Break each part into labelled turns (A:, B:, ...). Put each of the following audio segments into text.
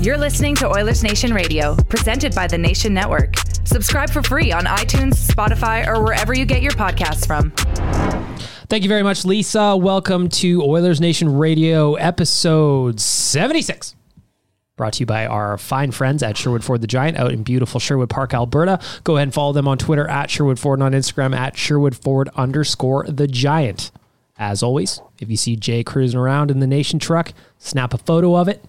A: You're listening to Oilers Nation Radio, presented by the Nation Network. Subscribe for free on iTunes, Spotify, or wherever you get your podcasts from.
B: Thank you very much, Lisa. Welcome to Oilers Nation Radio, episode 76. Brought to you by our fine friends at Sherwood Ford the Giant out in beautiful Sherwood Park, Alberta. Go ahead and follow them on Twitter at Sherwood Ford and on Instagram at Sherwood Ford underscore the Giant. As always, if you see Jay cruising around in the Nation truck, snap a photo of it,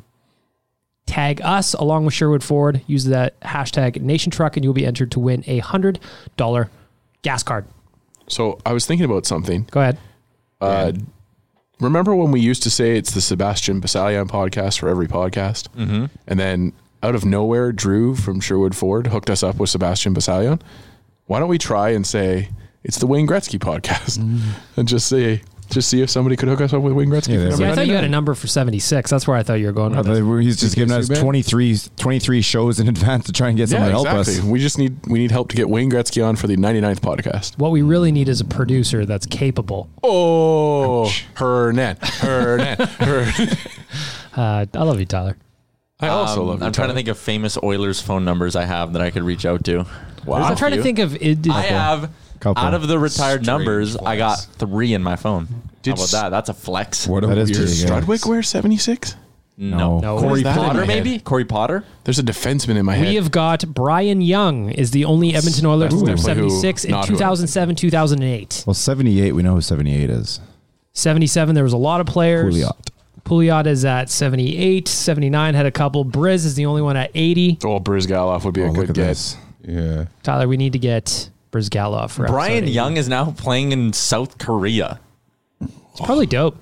B: tag us along with Sherwood Ford, use that hashtag Nation Truck, and you'll be entered to win a $100 gas card.
C: So I was thinking about something.
B: Go ahead.
C: Uh, remember when we used to say it's the Sebastian Basalian podcast for every podcast? Mm-hmm. And then out of nowhere, Drew from Sherwood Ford hooked us up with Sebastian Basalian. Why don't we try and say it's the Wayne Gretzky podcast
D: Mm.
C: and just see just see if somebody could hook us up with Wayne Gretzky?
E: Yeah,
C: for
E: they-
C: number
B: Yeah, I thought you had a
C: 99?
B: number for 76. That's where I thought you were going
E: I
B: with
E: thought
B: it.
E: they were- He's just
C: Did you
E: giving us
C: see that?
E: 23, 23 shows in advance to try and get someone
C: Yeah,
E: to help
C: exactly.
E: us.
C: We just need we need help to get Wayne Gretzky on for the 99th podcast.
B: What we really need is a producer that's capable.
C: Oh, Hernan, Hernan, Hernan.
B: Uh, I love you, Tyler.
C: I also
D: Um,
C: love.
D: I'm trying to think of famous Oilers phone numbers I have that I could reach out to. Wow.
B: I'm trying to think of it.
D: I have
E: Couple.
D: out of the retired
E: Strange
D: numbers, I got
E: flex.
D: three in my phone.
C: Did
D: How about
C: s-
D: that? That's a flex.
E: What a That is weird-
C: Does
E: Yeah.
C: Strudwick wear 76?
D: No.
B: No. What
D: Corey
B: is that in
D: Potter,
B: my head?
D: maybe? Corey Potter?
C: There's a defenseman in my head.
B: we have got Brian Young is the only Edmonton Oilers
C: That's
B: from
C: definitely who-
B: 76 in
C: not who I-
B: 2007, 2008.
E: Well, 78, we know who 78 is. Oh,
B: 77, there was a lot of players.
E: Pouliot.
B: Pouliot is at 78. 79 had a couple. Briz is the only one at 80.
C: Oh, Brizgalov would be a
E: Oh, look
C: good
E: at
C: guess.
E: this. Yeah.
B: Tyler, we need to get Brizgalov for
D: Brian
B: episode 80.
D: Young is now playing in South Korea.
B: It's probably dope.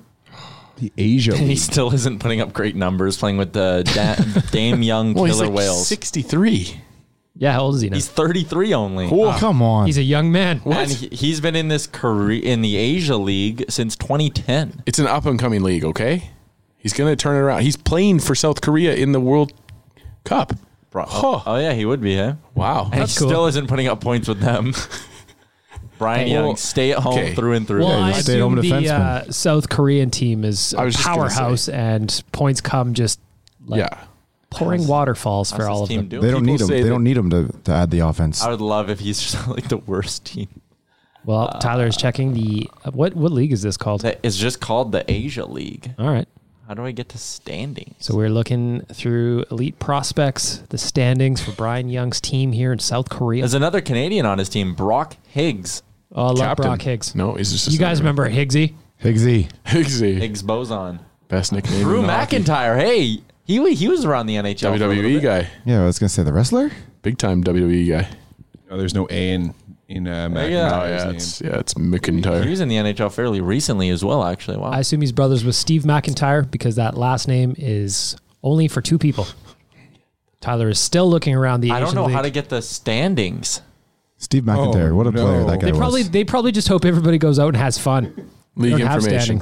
E: The Asia
D: He
E: League.
D: still isn't putting up great numbers playing with the da- Dame Young
C: Well,
D: Killer
C: he's like
D: Whales.
C: 63.
B: Yeah, how old is he now?
D: He's 33 only.
E: Oh, come on.
B: He's a young man.
D: And he- he's been in this career in the Asia League since 2010.
C: It's an up and coming league, okay? He's going to turn it around. He's playing for South Korea in the World Cup.
D: Oh,
C: Huh.
D: yeah, he would be, huh?
C: Wow.
D: And
B: That's
D: he
B: cool.
D: still isn't putting up points with them. Brian
C: Well,
D: Young, stay at home
C: okay.
D: through and through.
B: Well, I
E: he's a
B: assume
E: stay-at-home
B: the
E: defenseman.
B: uh, South Korean team is
C: I
B: a
C: was just gonna say.
B: powerhouse, and points come just like
C: yeah.
B: pouring waterfalls for
D: How's
B: all
D: this
B: of
D: team
B: them.
D: doing?
E: they don't
C: people
E: need him.
C: say
E: They
C: that-
E: don't need him to, to add the offense.
D: I would love if he's just like the worst team.
B: Well,
D: Uh,
B: Tyler is checking the uh, what what league is this called?
D: That is just called the Asia League.
B: all right.
D: How do I get to standings?
B: So we're looking through elite prospects, the standings for Brian Young's team here in South Korea.
D: There's another Canadian on his team, Brock Higgs.
B: oh, I love
C: Captain.
B: Brock Higgs.
C: No, he's just.
B: you guys remember Higgsy?
E: Higgsy.
C: Higgsy.
D: Higgs boson.
C: Best nickname.
D: Drew
C: in hockey.
D: McIntyre. Hey, he He wa- he was around the NHL. for a little
B: E
C: WWE
D: bit.
C: guy,
E: Yeah, I was gonna say the wrestler.
C: big time WWE guy.
F: Oh, there's no A in in uh, Mac-
D: yeah.
C: Oh yeah, it's yeah, it's McIntyre.
D: He was in the NHL fairly recently as well. Actually, wow.
B: I assume he's brothers with Steve McIntyre because that last name is only for two people. Tyler is still looking around the.
D: I don't
B: Asian
D: know how
B: League.
D: to get the standings.
E: Steve McIntyre.
F: Oh,
E: what a
F: no.
E: player that guy
B: They probably
E: was.
B: they probably just hope everybody goes out and has fun. They
C: League
B: don't have
C: information.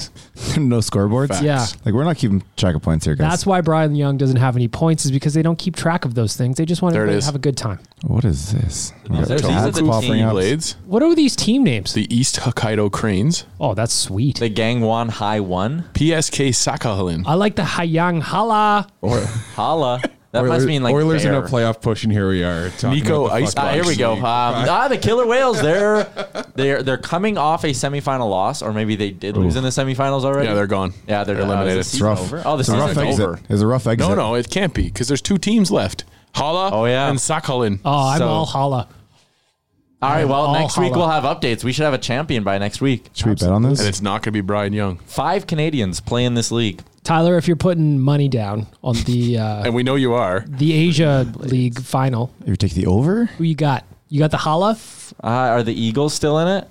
B: standings.
E: no scoreboards.
C: Facts.
B: Yeah.
E: Like we're not keeping track of points here, guys.
B: That's why Brian Young doesn't have any points is because they don't keep track of those things. They just want
C: There it
B: everybody to
C: is.
B: have a good time.
E: what is this? We got
D: There's- these are
E: ads
D: the
E: popping
D: team
E: up.
C: Blades,
B: What are these team names?
C: the East Hokkaido Cranes,
B: oh, that's sweet.
D: The Gangwon High One.
C: PSK Sakhalin.
B: I like the Hayang Hala.
F: Or,
D: Holla. That
F: Oilers,
D: must mean like
F: Oilers in a
D: bear.
F: playoff push, and here we are. talking
C: Nico
F: about the
C: Ice-
F: fuck
D: Ah, here we go. Um,
F: League.
D: ah, the killer whales. They're they're they're coming off a semifinal loss, or maybe they did lose in the semifinals already.
C: Yeah, they're gone.
D: Yeah, they're, done. Oh, is
C: eliminated.
D: the
C: It's
D: season
E: rough.
D: Over? Oh, the
E: It's a rough
D: season's
E: exit.
D: over.
E: It's a rough exit.
C: No, no, it can't be because there's two teams left. Hala
D: Oh, yeah.
C: and Sakhalin.
B: Oh, I'm
D: So-
B: all Hala.
D: All right. Well,
B: All
D: next week
B: holla.
D: we'll have updates. We should have a champion by next week.
E: Should we bet on
C: and
E: this?
C: it's not going to be Brian Young.
D: Five Canadians play in this league.
B: Tyler, if you're putting money down on the uh,
C: And we know you are.
B: the Asia League final,
E: If you take the over,
B: who you got? You got the Hala?
D: Uh, are the Eagles still in it?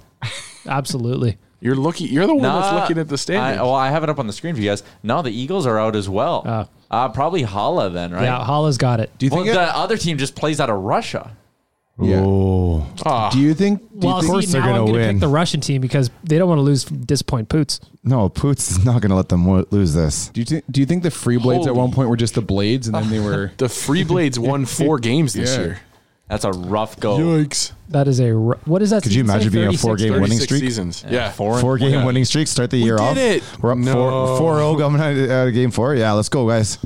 B: Absolutely.
C: You're looking. You're the one that's
D: Nah,
C: looking at the standings.
D: I, oh. well, I have it up on the screen for you guys. No, the Eagles are out as well. Uh, probably Hala then, right?
B: Yeah, Hala's got it.
F: Do you
D: Well,
F: think?
D: the
F: it-
D: other team just plays out of Russia.
F: yeah.
E: oh,
C: Ah,
F: Do you think? do you
B: Well,
F: think-
B: see,
E: they're
B: now I'm
E: gonna
B: gonna
E: win.
B: pick the Russian team because they don't want to lose disappoint Poots.
E: no, Poots is not gonna let them wo- lose this.
F: do you think? Do you think the free blades at
C: Holy-
F: one point were just the blades, and then they were?
C: the Free Blades won four games this
F: Yeah.
C: year.
D: That's a rough go.
C: Yikes!
B: That is a ru- what is that?
E: Could you
B: season say?
E: imagine being a
B: 36,
E: four-game
B: 30?
E: winning
C: Winning
E: streak?
C: seasons. Yeah,
D: Four,
E: Four game
D: yeah.
E: winning streak. Start the year
C: did
E: off.
C: it.
E: We're up
C: No.
E: four four zero coming out of- out of game four. Yeah, let's go, guys.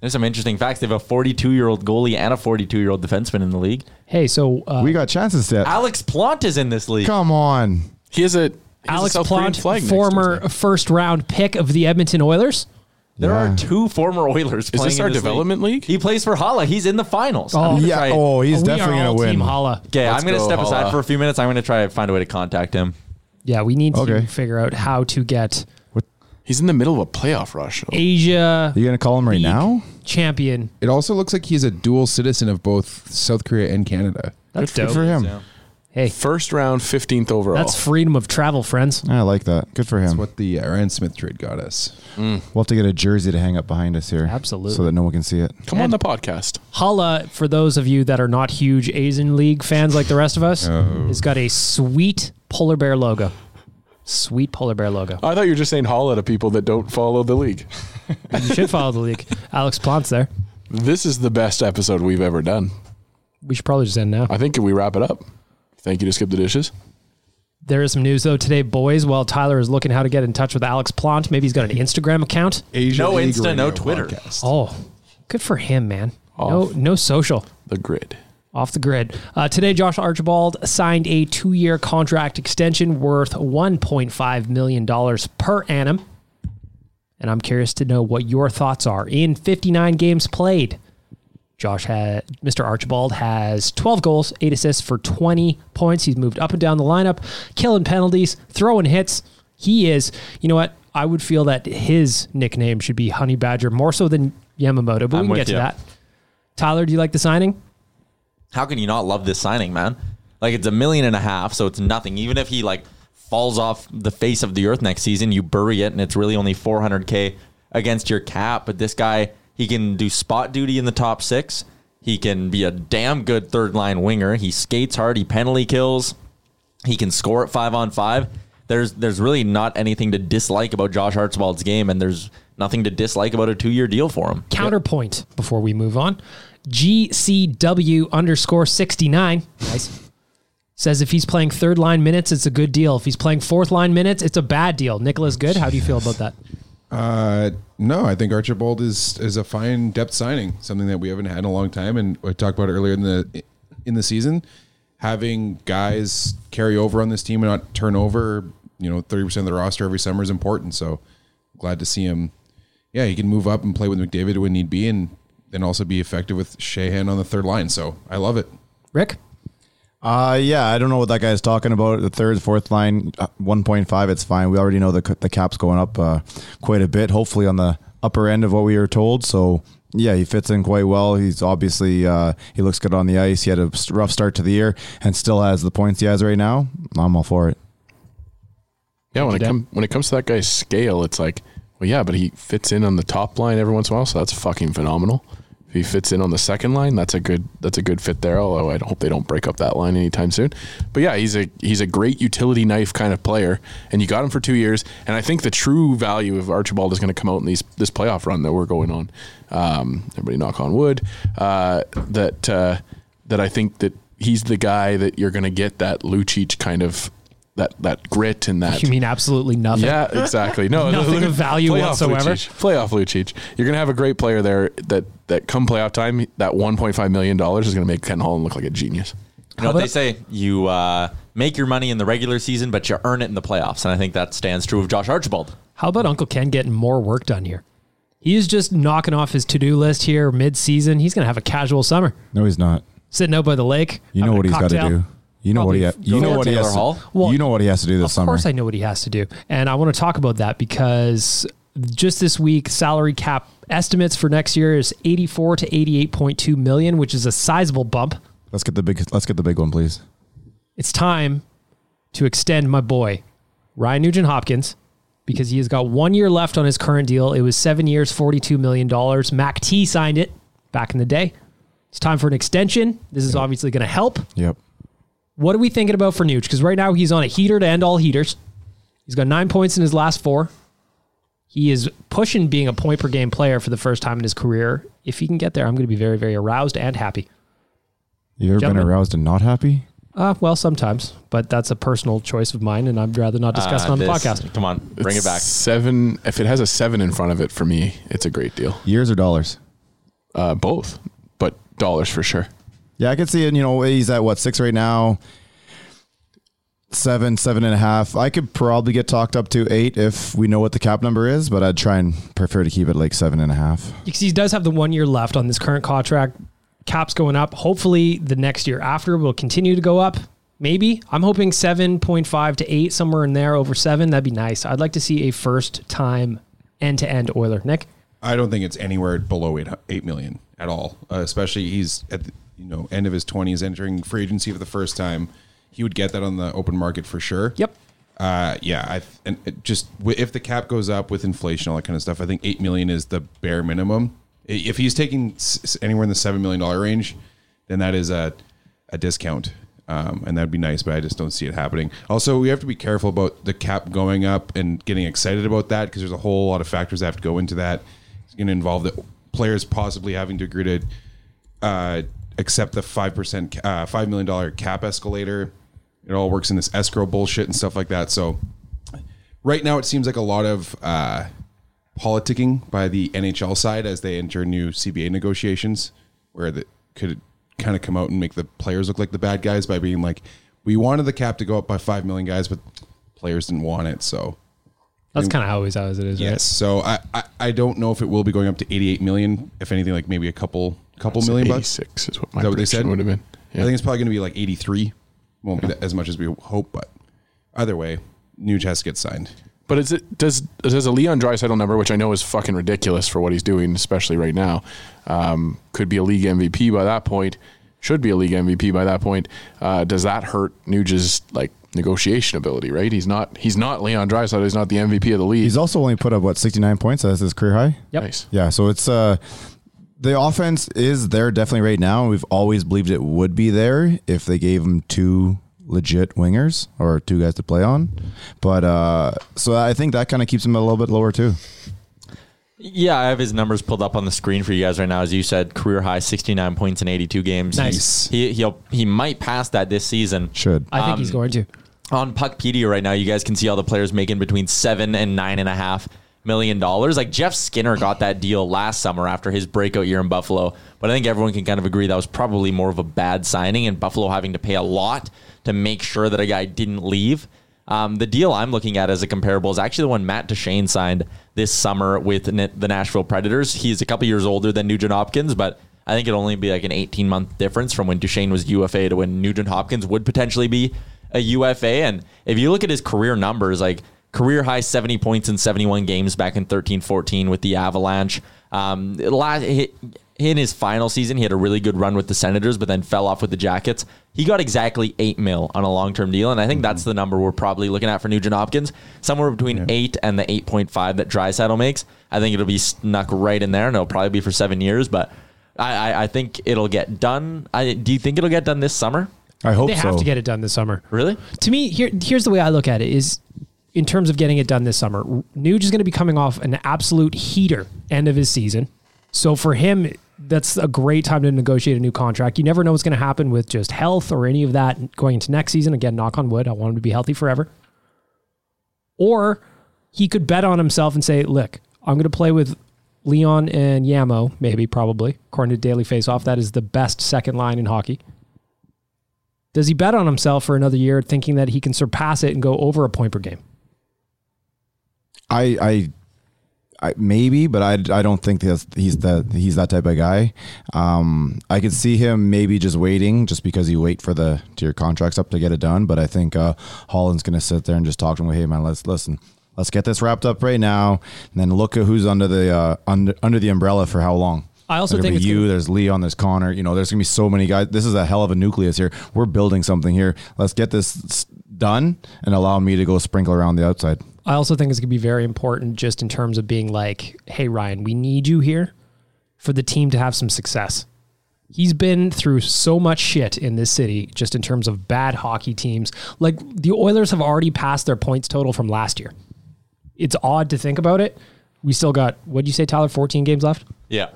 D: There's some interesting facts. They have a 42 year old goalie and a 42 year old defenseman in the league.
B: Hey, so uh,
E: We got chances to.
D: Alex Plant is in this league.
E: Come on.
C: he has a he has a
B: Alex
C: South Korean
B: Plant,
C: flag next to his name.
B: former first round pick of the Edmonton Oilers.
D: There
E: Yeah.
D: are two former Oilers
C: Is
D: playing
C: this
D: in
C: our
D: this
C: development league?
D: He plays for Hala. He's in the finals.
B: Oh.
D: I'm gonna
E: yeah.
D: try-
E: Oh, he's
B: We
E: definitely
B: are
E: gonna
B: all
E: win.
B: Team Hala.
D: Okay, I'm going to
C: go,
D: step aside
C: Hala.
D: for a few minutes. I'm going to try to find a way to contact him.
B: Yeah, we need to
E: Okay.
B: figure out how to get
C: He's in the middle of a playoff rush.
B: Asia
E: You gonna call him right now?
B: champion.
F: It also looks like he's a dual citizen of both South Korea and Canada.
B: That's
E: Good
B: dope.
E: for him.
B: hey,
C: First round, fifteenth overall.
E: Oh.
B: that's freedom of travel, friends.
E: I like that. Good for him.
F: That's what the Aaron Smith trade got us.
D: Mm.
E: We'll have to get a jersey to hang up behind us here.
B: Absolutely.
E: So that no one can see it.
C: Come on the podcast.
B: Hala, for those of you that are not huge Asian League fans like the rest of us,
E: Oh.
B: has got a sweet polar bear logo. Sweet polar bear logo.
C: I thought you were just saying holla to people that don't follow the league.
B: You should follow the league. Alex Plant's there.
C: This is the best episode we've ever done.
B: We should probably just end now.
C: I think if we wrap it up. Thank you to Skip the Dishes.
B: There is some news though today, boys. While Tyler is looking how to get in touch with Alex Plant, maybe he's got an Instagram account.
F: Asia
D: No
F: League
D: Insta, no
F: Radio
D: Twitter.
F: podcast.
B: Oh, good for him, man. No, no social.
C: The grid.
B: Off the grid. Uh, today, Josh Archibald signed a two year contract extension worth $1.5 million per annum. And I'm curious to know what your thoughts are. In 59 games played, Josh had Mr. Archibald has 12 goals, eight assists for 20 points. He's moved up and down the lineup, killing penalties, throwing hits. He is, you know what? I would feel that his nickname should be Honey Badger more so than Yamamoto, but
D: I'm
B: we can
D: with
B: get to
D: you.
B: that. Tyler, do you like the signing?
D: How can you not love this signing, man? Like it's a million and a half, so it's nothing. Even if he like falls off the face of the earth next season, you bury it, and it's really only 400k against your cap. But this guy, he can do spot duty in the top six. He can be a damn good third line winger. He skates hard. He penalty kills. He can score at five on five. There's there's really not anything to dislike about Josh Hartswald's game, and there's nothing to dislike about a two year deal for him.
B: counterpoint before we move on. GCW underscore 69. Nice. Says if he's playing third line minutes, it's a good deal. If he's playing fourth line minutes, it's a bad deal. Nicholas Good, how do you feel about that?
F: Uh, no, I think Archibald is is a fine depth signing, something that we haven't had in a long time, and I talked about it earlier in the in the season. Having guys carry over on this team and not turn over, you know, thirty percent of the roster every summer is important. So glad to see him. Yeah, he can move up and play with McDavid when need be, and then also be effective with Shahan on the third line. So I love it.
B: Rick?
E: Uh, yeah, I don't know what that guy's talking about. The third, fourth line, uh, 1.5, it's fine. We already know the, the cap's going up uh, quite a bit, hopefully on the upper end of what we were told. So Yeah, he fits in quite well. He's obviously uh, he looks good on the ice. He had a rough start to the year and still has the points he has right now. I'm all for it.
C: Yeah, when it
B: Dan.
C: come when it comes to that guy's scale, it's like, well, yeah, but he fits in on the top line every once in a while, so that's fucking phenomenal. If he fits in on the second line, that's a good that's a good fit there. Although I hope they don't break up that line anytime soon. But yeah, he's a he's a great utility knife kind of player, and you got him for two years. And I think the true value of Archibald is going to come out in these this playoff run that we're going on. Um, everybody, knock on wood. Uh, that uh, that I think that he's the guy that you're going to get that Lucic kind of that that grit and that
B: You mean absolutely nothing?
C: yeah, exactly. No,
B: Nothing of value
C: playoff
B: whatsoever.
C: Lucic. playoff Lucic. You're gonna have a great player there that that come playoff time, that 1.5 million dollars is gonna make Ken Holland look like a genius.
D: You know what they say? You uh, make your money in the regular season, but you earn it in the playoffs. And I think that stands true of Josh Archibald.
B: How about Uncle Ken getting more work done here? He is just knocking off his to do list here mid season. He's going to have a casual summer,
E: No, he's not.
B: sitting out by the lake.
E: You know
B: having a
E: what he's got to
B: cocktail.
E: do. You know
B: Probably
E: what
B: go
E: he you know
D: to
E: what he
D: Taylor
E: has
D: Hall.
E: to,
B: Well,
E: you know what he has to do this
B: Of
E: summer.
B: course, I know what he has to do. And I want to talk about that because just this week, salary cap estimates for next year is 84 to 88.2 million, which is a sizable bump.
E: Let's get the big let's get the big one, please.
B: It's time to extend my boy, Ryan Nugent Hopkins, because he has got one year left on his current deal. It was seven years, $42 million. Mac T signed it back in the day. It's time for an extension. This is obviously going to help.
E: Yep.
B: What are we thinking about for Nuge? Because right now he's on a heater to end all heaters. He's got nine points in his last four. He is pushing being a point per game player for the first time in his career. If he can get there, I'm going to be very, very aroused and happy.
E: You ever
B: Gentlemen.
E: been aroused and not happy?
B: Uh, well, sometimes, but that's a personal choice of mine, and I'd rather not discuss it
D: Uh,
B: on the
D: this-
B: podcast.
D: Come on, bring it
C: It's
D: back.
C: Seven. If it has a seven in front of it for me, it's a great deal.
E: Years or dollars?
C: Uh, both, but dollars for sure.
E: Yeah, I could see it. You know, he's at what six right now, seven, seven and a half. I could probably get talked up to eight if we know what the cap number is, but I'd try and prefer to keep it like seven and a half.
B: Because he does have the one year left on this current contract. Cap's going up. Hopefully, the next year after will continue to go up. Maybe I'm hoping 7.5 to 8, somewhere in there, over 7. That'd be nice. I'd like to see a first time end to end Oiler. Nick?
F: I don't think it's anywhere below eight eight million at all. Uh, especially he's at the, you know end of his twenties, entering free agency for the first time. He would get that on the open market for sure.
B: Yep.
F: Uh, yeah, I and it just wi- if the cap goes up with inflation, all that kind of stuff, I think eight million is the bare minimum. I- If he's taking s- s- anywhere in the seven million dollar range, then that is a a discount, um, and that'd be nice. But I just don't see it happening. Also, we have to be careful about the cap going up and getting excited about that because there's a whole lot of factors that have to go into that. It's going to involve the players possibly having to agree to uh, accept the five percent, uh, five million dollar cap escalator. It all works in this escrow bullshit and stuff like that. So, right now, it seems like a lot of uh, politicking by the NHL side as they enter new CBA negotiations, where that could kind of come out and make the players look like the bad guys by being like, "We wanted the cap to go up by five million guys, but players didn't want it." So,
B: That's kind of always how it is,
F: yes. So I, I I don't know if it will be going up to eighty eight million. If anything, like maybe a couple couple million bucks.
C: Six is what my
F: Is that what they
C: prediction
F: said?
C: would have been.
F: I
C: Yeah.
F: think it's probably going to be like 83. Won't be that, as much as we hope, but either way, Nuge has to get signed.
C: But is it does does a Leon Draisaitl number, which I know is fucking ridiculous for what he's doing, especially right now, um, could be a league MVP by that point. Should be a league MVP by that point. Uh, does that hurt Nuge's like negotiation ability? Right, he's not he's not Leon Draisaitl. He's not the MVP of the league.
E: He's also only put up what sixty nine points. That's his career high.
B: Yep.
C: Nice.
E: Yeah, so it's uh the offense is there definitely right now. We've always believed it would be there if they gave him two legit wingers or two guys to play on. But uh so I think that kind of keeps him a little bit lower too.
D: Yeah, I have his numbers pulled up on the screen for you guys right now. As you said, career high 69 points in 82 games.
B: Nice.
D: He, he'll, he might pass that this season.
E: Should.
B: I think he's going to.
D: on Puckpedia right now, you guys can see all the players making between seven and nine and a half million dollars. Like Jeff Skinner got that deal last summer after his breakout year in Buffalo, but I think everyone can kind of agree that was probably more of a bad signing and Buffalo having to pay a lot to make sure that a guy didn't leave. Um, the deal I'm looking at as a comparable is actually the one Matt Duchene signed this summer with N- the Nashville Predators. He's a couple years older than Nugent Hopkins, but I think it'd only be like an 18 month difference from when Duchesne was UFA to when Nugent Hopkins would potentially be a UFA. And if you look at his career numbers, like career high 70 points in 71 games back in 13 14 with the Avalanche, Um, last he- in his final season, he had a really good run with the Senators, but then fell off with the Jackets. He got exactly eight mil on a long term deal, and I think that's the number we're probably looking at for Nugent Hopkins, somewhere between eight and the eight point five that Drysaddle makes. I think it'll be snuck right in there, and it'll probably be for seven years. But I, I, I think it'll get done. I, do you think it'll get done this summer?
C: I hope
B: They
C: so.
B: have to get it done this summer.
D: Really?
B: to me here here's the way I look at it is in terms of getting it done this summer. Nuge is going to be coming off an absolute heater end of his season. So for him that's a great time to negotiate a new contract. You never know what's going to happen with just health or any of that going into next season. Again, knock on wood. I want him to be healthy forever. Or he could bet on himself and say, "Look, I'm going to play with Leon and Yamo, maybe, probably, according to Daily Faceoff. That is the best second line in hockey. Does he bet on himself for another year, thinking that he can surpass it and go over a point per game?
C: I, I, I maybe, but I, I don't think that's, he's that he's that type of guy. Um, I could see him maybe just waiting, just because you wait for the to your contracts up to get it done. But I think uh, Holland's going to sit there and just talk to him. Hey, man, let's listen. Let's get this wrapped up right now, and then look at who's under the uh, under under the umbrella for how long.
B: I also
C: There's
B: think
C: gonna be
B: it's
C: you.
B: gonna-
C: there's Leon. There's Connor. You know, there's gonna be so many guys. This is a hell of a nucleus here. We're building something here. Let's get this s- done and allow me to go sprinkle around the outside.
B: I also think it's going to be very important just in terms of being like, hey, Ryan, we need you here for the team to have some success. He's been through so much shit in this city just in terms of bad hockey teams. Like the Oilers have already passed their points total from last year. It's odd to think about it. We still got, what'd you say, Tyler, 14 games left?
D: Yeah.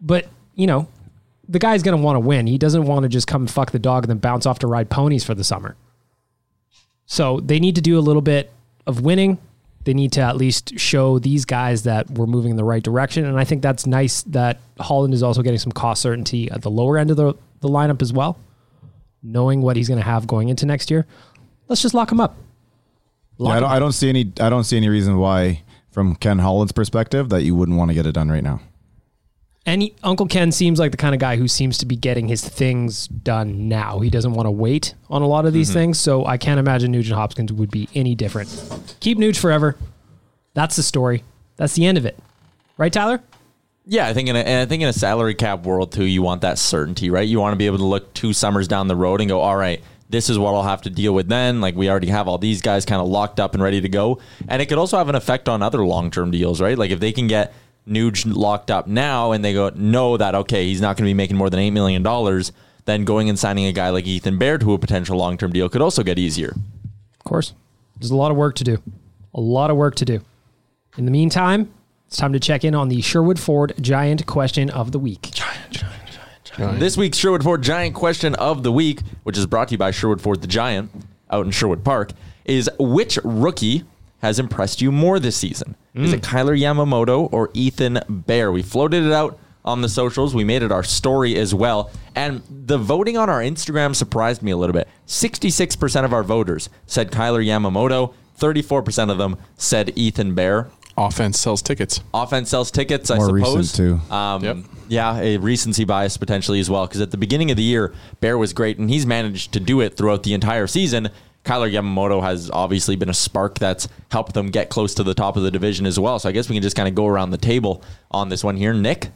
B: but you know, the guy's going to want to win. He doesn't want to just come fuck the dog and then bounce off to ride ponies for the summer. So they need to do a little bit of winning. They need to at least show these guys that we're moving in the right direction. And I think that's nice that Holland is also getting some cost certainty at the lower end of the, the lineup as well, knowing what he's going to have going into next year. Let's just lock him up.
C: Yeah, I don't, I don't see any. I don't see any reason why, from Ken Holland's perspective, that you wouldn't want to get it done right now.
B: And he, Uncle Ken seems like the kind of guy who seems to be getting his things done now. He doesn't want to wait on a lot of these things, so I can't imagine Nugent Hopkins would be any different. Keep Nuge forever. That's the story. That's the end of it, right, Tyler?
D: Yeah, I think in a, and I think in a salary cap world too, you want that certainty, right? You want to be able to look two summers down the road and go, all right, this is what I'll have to deal with then. Like we already have all these guys kind of locked up and ready to go, and it could also have an effect on other long term deals, right? Like if they can get Nuge locked up now and they go, know that okay, he's not going to be making more than eight million dollars, then going and signing a guy like Ethan Baird to a potential long term deal could also get easier.
B: Of course. There's a lot of work to do. A lot of work to do. In the meantime, it's time to check in on the Sherwood Ford Giant question of the week.
D: This week's Sherwood Ford Giant question of the week, which is brought to you by Sherwood Ford the Giant out in Sherwood Park, is which rookie has impressed you more this season? Is it Kyler Yamamoto or Ethan Bear? We floated it out on the socials. We made it our story as well. And the voting on our Instagram surprised me a little bit. 66% of our voters said Kyler Yamamoto, 34% of them said Ethan Bear.
G: Offense sells tickets.
D: Offense sells tickets, I
C: More
D: suppose.
C: recent, too.
D: Um,
G: Yep.
D: Yeah, a recency bias potentially as well. Because at the beginning of the year, Bear was great, and he's managed to do it throughout the entire season. Kyler Yamamoto has obviously been a spark that's helped them get close to the top of the division as well. So I guess we can just kind of go around the table on this one here. Nick,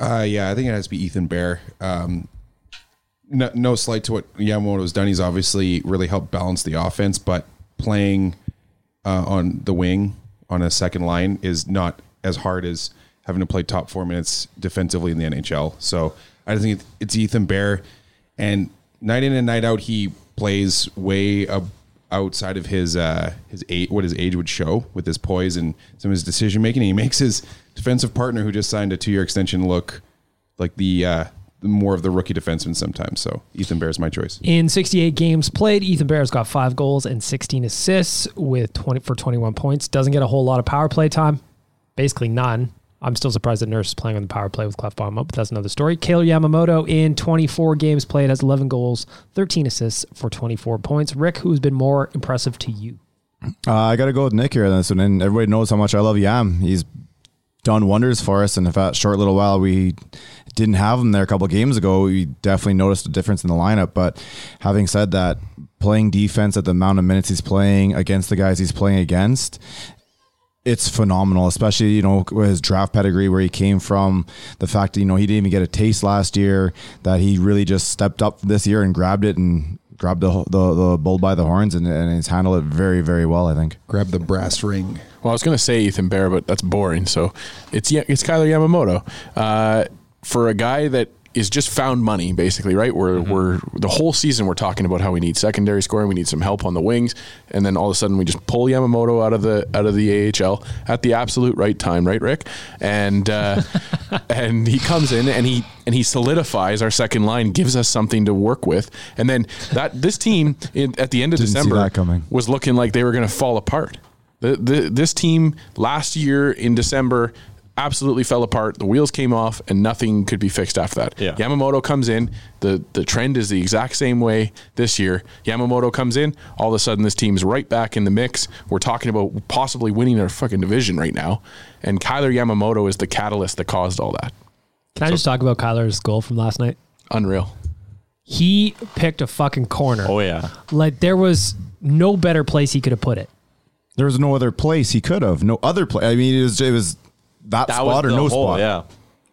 F: Uh, yeah, I think it has to be Ethan Bear. Um, no, no slight to what Yamamoto's done. He's obviously really helped balance the offense, but playing uh, on the wing on a second line is not as hard as having to play top four minutes defensively in the NHL. So I think it's Ethan Bear, and night in and night out, he plays way up outside of his uh, his age, what his age would show with his poise and some of his decision making. He makes his defensive partner, who just signed a two year extension, look like the uh, more of the rookie defenseman sometimes. So Ethan Bear is my choice.
B: In 68 games played, Ethan Bear's got five goals and 16 assists with 20 for 21 points. Doesn't get a whole lot of power play time, basically none. I'm still surprised that Nurse is playing on the power play with Clefbaum up, but that's another story. Kale Yamamoto in 24 games played has 11 goals, 13 assists for 24 points. Rick, who's been more impressive to you?
C: Uh, I got to go with Nick here on this one, and everybody knows how much I love Yam. He's done wonders for us, and if that short little while we didn't have him there a couple games ago, we definitely noticed a difference in the lineup. But having said that, playing defense at the amount of minutes he's playing against the guys he's playing against,
E: it's phenomenal, especially you know with his draft pedigree, where he came from, the fact that you know he didn't even get a taste last year, that he really just stepped up this year and grabbed it and grabbed the the, the bull by the horns and, and he's handled it very very well. I think.
F: Grab the brass ring.
C: Well, I was going to say Ethan Bear, but that's boring. So it's Ya- it's Kyler Yamamoto uh, for a guy that is just found money, basically, right? We're
E: Mm-hmm.
C: we're the whole season we're talking about how we need secondary scoring, we need some help on the wings, and then all of a sudden we just pull Yamamoto out of the out of the AHL at the absolute right time, right, Rick? And uh, and he comes in and he and he solidifies our second line, gives us something to work with, and then that this team in, at the end of
E: Didn't see
C: December
E: that coming.
C: was looking like they were going to fall apart. The, the, this team last year in December absolutely fell apart. The wheels came off, and nothing could be fixed after that.
D: Yeah.
C: Yamamoto comes in. the The trend is the exact same way this year. Yamamoto comes in. All of a sudden, this team's right back in the mix. We're talking about possibly winning our fucking division right now, and Kyler Yamamoto is the catalyst that caused all that.
B: Can I just talk about Kyler's goal from last night?
C: Unreal.
B: He picked a fucking corner.
D: Oh yeah,
B: Like there was no better place he could have put it.
E: There was no other place he could have. No other place. I mean, it was it was that,
D: that was
E: spot or
D: the
E: no
D: whole,
E: spot.
D: Yeah.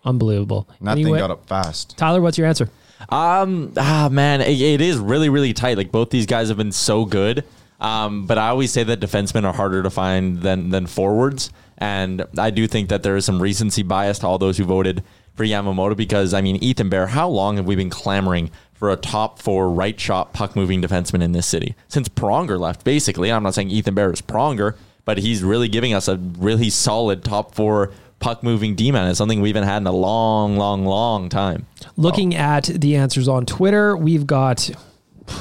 B: Unbelievable.
E: And that thing
B: Anyway,
E: got up fast.
B: Tyler, what's your answer?
D: Um, ah, man, it, it is really, really tight. Like both these guys have been so good. Um, but I always say that defensemen are harder to find than than forwards, and I do think that there is some recency bias to all those who voted for Yamamoto because I mean Ethan Bear, how long have we been clamoring for a top four right shot puck moving defenseman in this city since Pronger left? Basically, I'm not saying Ethan Bear is Pronger, but he's really giving us a really solid top four puck moving D man. It's something we haven't had in a long, long, long time.
B: Looking at the answers on Twitter, we've got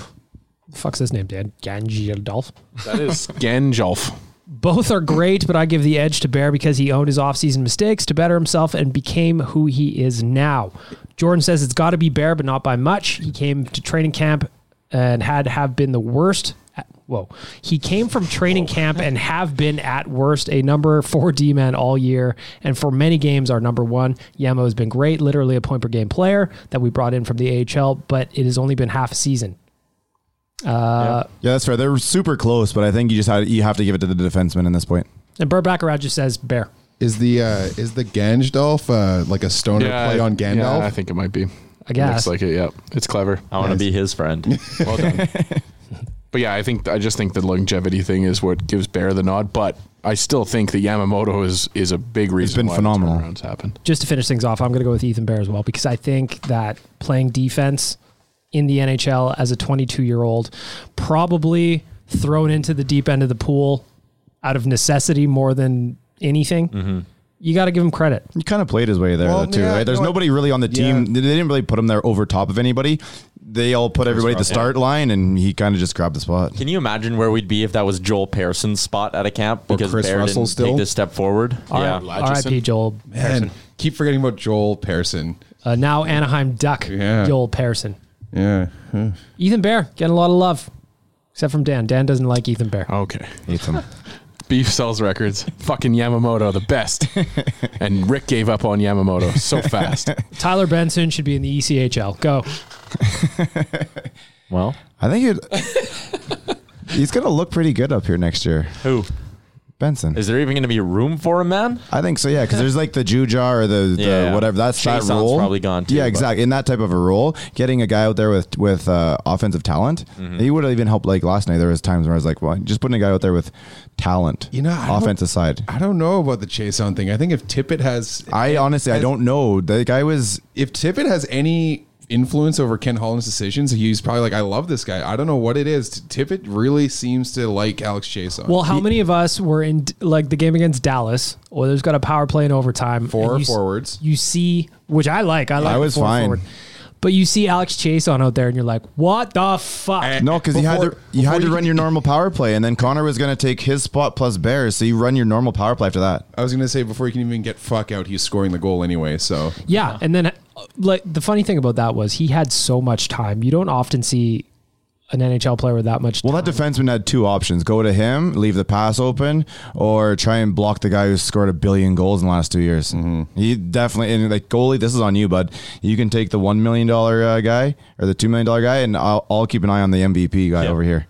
B: fuck's his name, Dan Gangiadolf.
C: That is Genjolf.
B: Both are great, but I give the edge to Bear because he owned his offseason mistakes to better himself and became who he is now. Jordan says it's got to be Bear, but not by much. He came to training camp and had have been the worst. At, whoa. He came from training camp and have been at worst a number four D man all year, and for many games our number one. Yamo has been great, literally a point per game player that we brought in from the AHL, but it has only been half a season. Uh,
E: Yeah, that's fair. They were super close, but I think you just had you have to give it to the defenseman in this point.
B: And Bert Baccarat just says Bear.
F: Is the uh, is the Ganjdolf uh, like a stoner play on Gandalf?
C: Yeah, I think it might be.
B: I guess.
C: Looks like it. Yep. It's clever.
D: I want to be his friend.
C: Well done. but yeah, I think I just think the longevity thing is what gives Bear the nod. But I still think that Yamamoto is is a big reason.
E: been
C: why
E: phenomenal.
C: The turnaround's happened.
B: just to finish things off, I'm going to go with Ethan Bear as well because I think that playing defense in the NHL as a 22 year old, probably thrown into the deep end of the pool out of necessity more than anything. You got to give him credit.
E: He kind of played his way there
F: Well,
E: though, too.
F: yeah,
E: right? There's
F: Oh, no, I-
E: nobody really on the team.
F: Yeah.
E: They didn't really put him there over top of anybody. They all put everybody at the start line, and he kind of just grabbed the spot.
D: Can you imagine where we'd be if that was Joel Pearson's spot at a camp
F: Or
D: because
F: Chris
D: Bear
F: Russell
D: didn't
F: still?
D: take this step forward? yeah.
B: RIP Joel.
F: Man, keep forgetting about Joel Pearson.
B: Uh, now Anaheim Duck,
F: Yeah.
B: Joel Pearson.
F: Yeah.
B: Ethan Bear getting a lot of love, except from Dan. Dan doesn't like Ethan Bear.
C: Okay.
E: Ethan.
C: Beef sells records. Fucking Yamamoto, the best. and Rick gave up on Yamamoto so fast.
B: Tyler Benson should be in the E ECHL. Go.
D: Well,
E: I think it. he's gonna look pretty good up here next year,
D: who
E: Benson.
D: is there even going to be room for him, man?
E: I think so, yeah, because there's like the Jujar or the, the
D: Yeah.
E: whatever. That's
D: Chason's
E: that role.
D: probably gone too,
E: yeah,
D: but-
E: exactly. In that type of a role, getting a guy out there with with uh, offensive talent, he would have even helped. Like last night, there was times where I was like, "Well, just putting a guy out there with talent,
F: You know, I don't-
E: offensive side."
F: I don't know about the chase on thing. I think if Tippett has
E: I honestly, I
F: as-
E: don't know. The guy was
F: if Tippett has any influence over Ken Holland's decisions, he's probably like, I love this guy. I don't know what it is. Tippett really seems to like Alex
E: Uh,
F: Chason.
B: Well, how many of us were in like the game against Dallas? Oilers got a power play in overtime.
F: Four
B: and you s-
F: forwards.
B: You see, which I like. I like. the
E: was
B: four
E: fine.
B: But you see Alex Chase on out there, and you're like, "What the fuck?"
E: Eh, no, because you had
F: Before-
E: to you
F: before
E: had to
F: you-
E: run your normal power play, and then Connor was going to take his spot plus Bears, so you run your normal power play after that.
F: I was gonna say before he can even get fuck out, he's scoring the goal anyway. So
B: yeah, and then uh, like the funny thing about that was he had so much time. You don't often see an NHL player with that much.
E: Well,
B: time.
E: that defenseman had two options: go to him, leave the pass open, or try and block the guy who scored a billion goals in the last two years. He definitely and like goalie, this is on you, bud. You can take the one million dollar uh, guy or the two million dollar guy, and I'll, I'll keep an eye on the MVP guy
D: Yeah.
E: over here.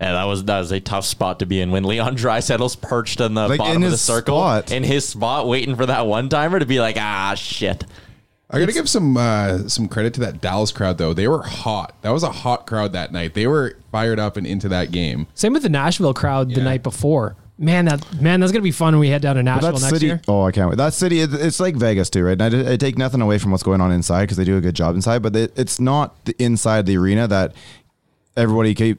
D: Yeah, that was that was a tough spot to be in when Leon Drysettle's perched on the
E: Like,
D: bottom
E: in
D: of the
E: his
D: circle
E: spot.
D: in his spot, waiting for that one timer to be like, ah, shit.
F: I got to give some uh, some credit to that Dallas crowd though. They were hot. That was a hot crowd that night. They were fired up and into that game.
B: Same with the Nashville crowd the night before. Man, that man, that's gonna be fun when we head down to
E: But
B: Nashville
E: that
B: next
E: city,
B: year.
E: oh, I can't wait. That city, it, it's like Vegas too, right? And I, did- I take nothing away from what's going on inside because they do a good job inside, but it, it's not the inside the arena that everybody keep,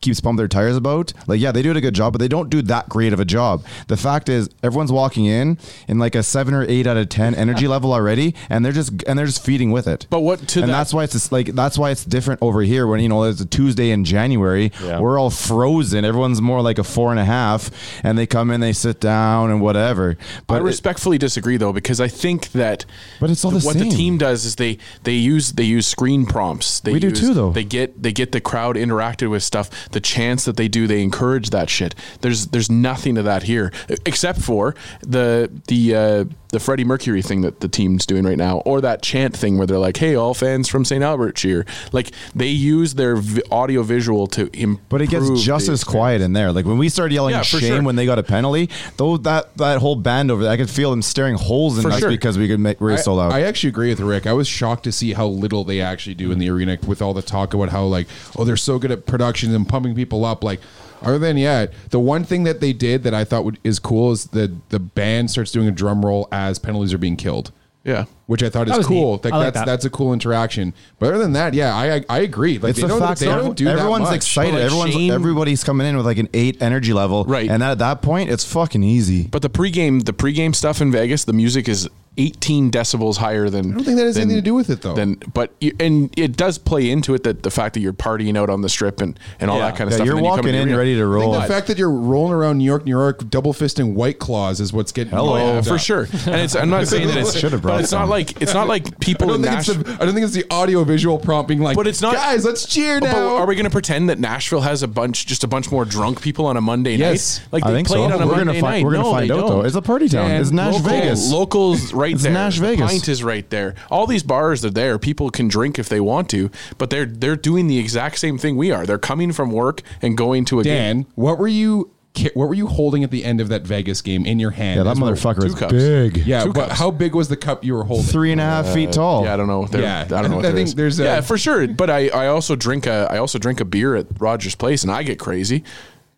E: keeps pumping their tires about. Like, yeah, they do a good job, but they don't do that great of a job. The fact is, everyone's walking in in like a seven or eight out of ten energy level already, and they're just and they're just feeding with it.
C: But what to
E: and
C: that-
E: that's why it's just like that's why it's different over here when you know it's a Tuesday in January.
D: Yeah.
E: We're all frozen. Everyone's more like a four and a half, and they come in, they sit down, and whatever. But
C: I
E: it-
C: respectfully disagree though because I think that
E: But it's all the
C: what
E: same.
C: the team does is they they use they use screen prompts. They
E: We do
C: use-
E: too, though.
C: They get they get the crowd interacted with stuff. The chance that they do, they encourage that shit. There's there's nothing to that here except for the the uh, the Freddie Mercury thing that the team's doing right now, or that chant thing where they're like, "Hey, all fans from St. Albert cheer!" Like they use their vi- audio visual to improve.
E: But it gets just
C: the
E: as quiet in there. Like when we started yelling
C: Yeah, for
E: shame
C: sure.
E: when they got a penalty, though that that whole band over there, I could feel them staring holes in
C: For
E: us
C: sure.
E: because we could make we were
F: I,
E: so loud.
F: I actually agree with Rick. I was shocked to see how little they actually do in the arena with all the talk about how like oh they're so good at production and pumping people up like other than yeah, the one thing that they did that I thought would, is cool is the the band starts doing a drum roll as penalties are being killed.
C: Yeah.
F: Which I thought
B: That
F: is
B: was
F: cool.
B: neat.
F: Like,
B: I like
F: that's
B: that.
F: that's a cool interaction. But other than that, yeah, I I, I agree. Like
E: it's
F: they
E: the
F: don't,
E: fact
F: they
E: that
F: don't do
E: everyone's
F: that much.
E: excited.
C: But, like,
E: everyone's
C: shame-
E: everybody's coming in with like an eight energy level,
C: Right.
E: And at that point, it's fucking easy.
C: But the pregame, the pregame stuff in Vegas, the music is 18 decibels higher than. I
F: don't think that has anything to do with it, though.
C: Then, but you, and it does play into it that the fact that you're partying out on the strip and and all
D: Yeah.
C: that kind of
E: yeah,
C: stuff.
E: you're
C: and then you come to
E: walking
C: the
E: in
C: arena.
E: ready to
F: I think
E: roll.
F: the fact that you're rolling around New York, New York, double fisting white claws is what's getting
C: Oh,
F: you
C: yeah,
F: amped
C: for
F: up.
C: sure. And it's, I'm not saying that it's.
E: Should have brought
C: but it's not
E: some.
C: like it's not like
F: I
C: people
F: don't
C: in
F: think it's
C: Nashville.
F: the I don't think it's the audio visual prompt being like,
C: But it's not.
F: guys. Let's
E: Oh,
F: cheer
C: But
F: now.
C: are we going to pretend that Nashville has a bunch, just a bunch more drunk people on a Monday
F: Yes.
C: night? Like
E: I
C: they
E: think
C: play
E: so.
C: it on a
E: We're gonna
C: Monday
E: find
C: night.
E: we're gonna
C: No,
E: find
C: they
E: out though.
C: don't.
E: It's a party town.
F: Dan,
E: it's Nash
C: Local-
E: Vegas.
C: Locals right
E: It's
C: there.
E: Nash
C: the
E: Vegas.
C: Pint is right there. All these bars are there. People can drink if they want to, but they're they're doing the exact same thing we are. They're coming from work and going to a game.
F: Dan, what were you? ki- What were you holding at the end of that Vegas game in your hand?
E: yeah, that
F: As we're-
E: motherfucker is
C: cups.
E: big.
F: Yeah,
C: Two
F: but
C: cups.
F: how big was the cup you were holding?
E: three and a half feet tall.
C: Uh, Yeah, I don't know. They're-
F: Yeah.
C: I don't know. What
F: I
C: there
F: think
C: is.
F: there's a-
C: yeah for sure. But I, I also drink a I also drink a beer at Rogers Place and I get crazy.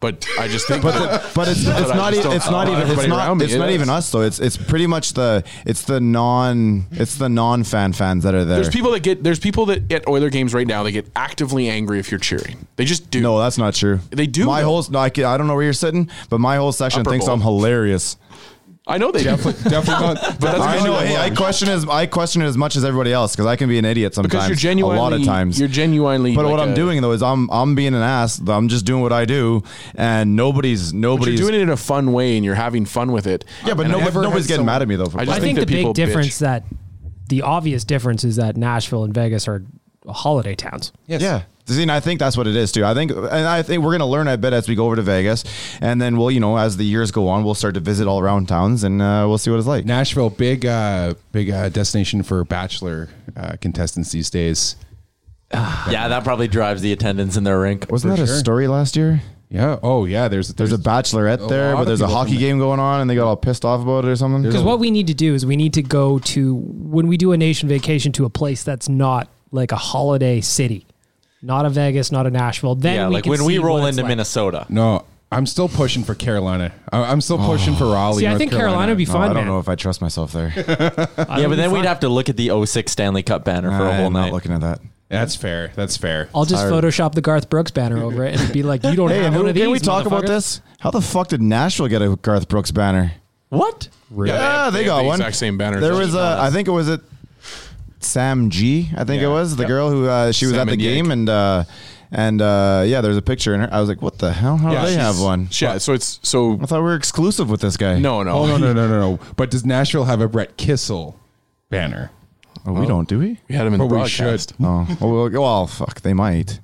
C: But I just think.
E: But,
C: that-
E: the, but it's,
C: But
E: it's
C: I
E: not
C: just
E: even
C: don't
E: it's
C: know.
E: not even it's
C: Everybody
E: not
C: around me
E: it's not
C: is.
E: even us though. It's it's pretty much the it's the non it's the non fan fans that are there.
C: there's people that get there's people that at Oiler games right now they get actively angry if you're cheering. They just do.
E: no, that's not true.
C: They do,
E: My
C: though.
E: whole no, I, ca- I don't know where you're sitting, but my whole section
C: Upper
E: thinks
C: bowl.
E: I'm hilarious.
C: I know they do.
F: definitely, definitely not. But
C: That's
E: I
C: because
E: know.
C: you're
E: Hey, I
C: large.
E: question as I question it as much as everybody else because I can be an idiot sometimes.
C: because you're genuinely
E: a lot of times
C: You're genuinely.
E: But
C: like
E: what I'm
C: a-
E: doing though is I'm I'm being an ass. I'm just doing what I do, and nobody's
C: But you're
E: nobody's.
C: doing it in a fun way and you're having fun with it.
E: yeah, but
C: And I
E: nobody,
C: never had
E: nobody's getting
C: someone-
E: mad at me though. For
C: I
B: I
C: just
B: think,
C: think that
B: the big
C: people
B: difference
C: bitch.
B: that the obvious difference is that Nashville and Vegas are holiday towns.
F: yes.
E: Yeah. See, and I think that's what it is too. I think, and I think we're gonna learn. I bet as we go over to Vegas, and then we'll, you know, as the years go on, we'll start to visit all around towns, and uh, we'll see what it's like.
F: Nashville, big, uh, big uh, destination for bachelor uh, contestants these days.
D: Yeah, that probably drives the attendance in their rink.
E: Wasn't that
F: sure.
E: a story last year?
F: Yeah. Oh, yeah. There's
E: There's a bachelorette
F: a
E: there,
F: lot
E: but
F: of
E: there's a
F: people
E: hockey
F: from-
E: game going on, and they got all pissed off about it or something.
B: Because what we need to do is we need to go to when we do a nation vacation to a place that's not like a holiday city, not a Vegas, not a Nashville. Then
D: yeah,
B: we
D: like
B: can
D: when we
B: see what
D: roll
B: it's
D: into
B: like.
D: Minnesota.
F: no. I'm still pushing for Carolina. I- I'm still pushing for Raleigh.
B: See, I
F: North
B: think Carolina would be
E: Oh. No,
B: fun.
E: I don't
B: man.
E: know if I trust myself there.
B: I
D: Yeah,
B: think
D: but
B: it'd
D: then
B: be
D: we'd
B: fun.
D: have to look at the 06 Stanley Cup banner for a whole
E: I'm
D: night.
E: not looking at that.
F: That's fair. That's fair.
B: I'll just Photoshop the Garth Brooks banner over it and be like, "You don't
E: Hey,
B: have
E: and
B: one
E: who,
B: of these."
E: can we talk about
B: motherfucker.
E: this? How the fuck did Nashville get a Garth Brooks banner?
D: What?
C: Yeah,
E: Yeah,
C: have-
E: they,
C: have
E: got
C: the
E: one.
C: Exact same banner.
E: There was a, I think it was it, Sam G. I think it
F: Yeah.
E: was the girl who uh, she was
C: Sam
E: at the
C: and Yank.
E: game and uh, and uh, yeah, there's a picture in her. I was like, what the hell? How do they have one?
C: Yeah, so it's so
E: I thought we were exclusive with this guy.
C: no, no.
F: Oh no no no no no! But does Nashville have a Brett Kissel banner?
E: Oh, we don't, do we?
C: We had him in
F: But
C: the
F: we
C: broadcast.
F: should.
E: Oh, well, well, well, fuck, they might.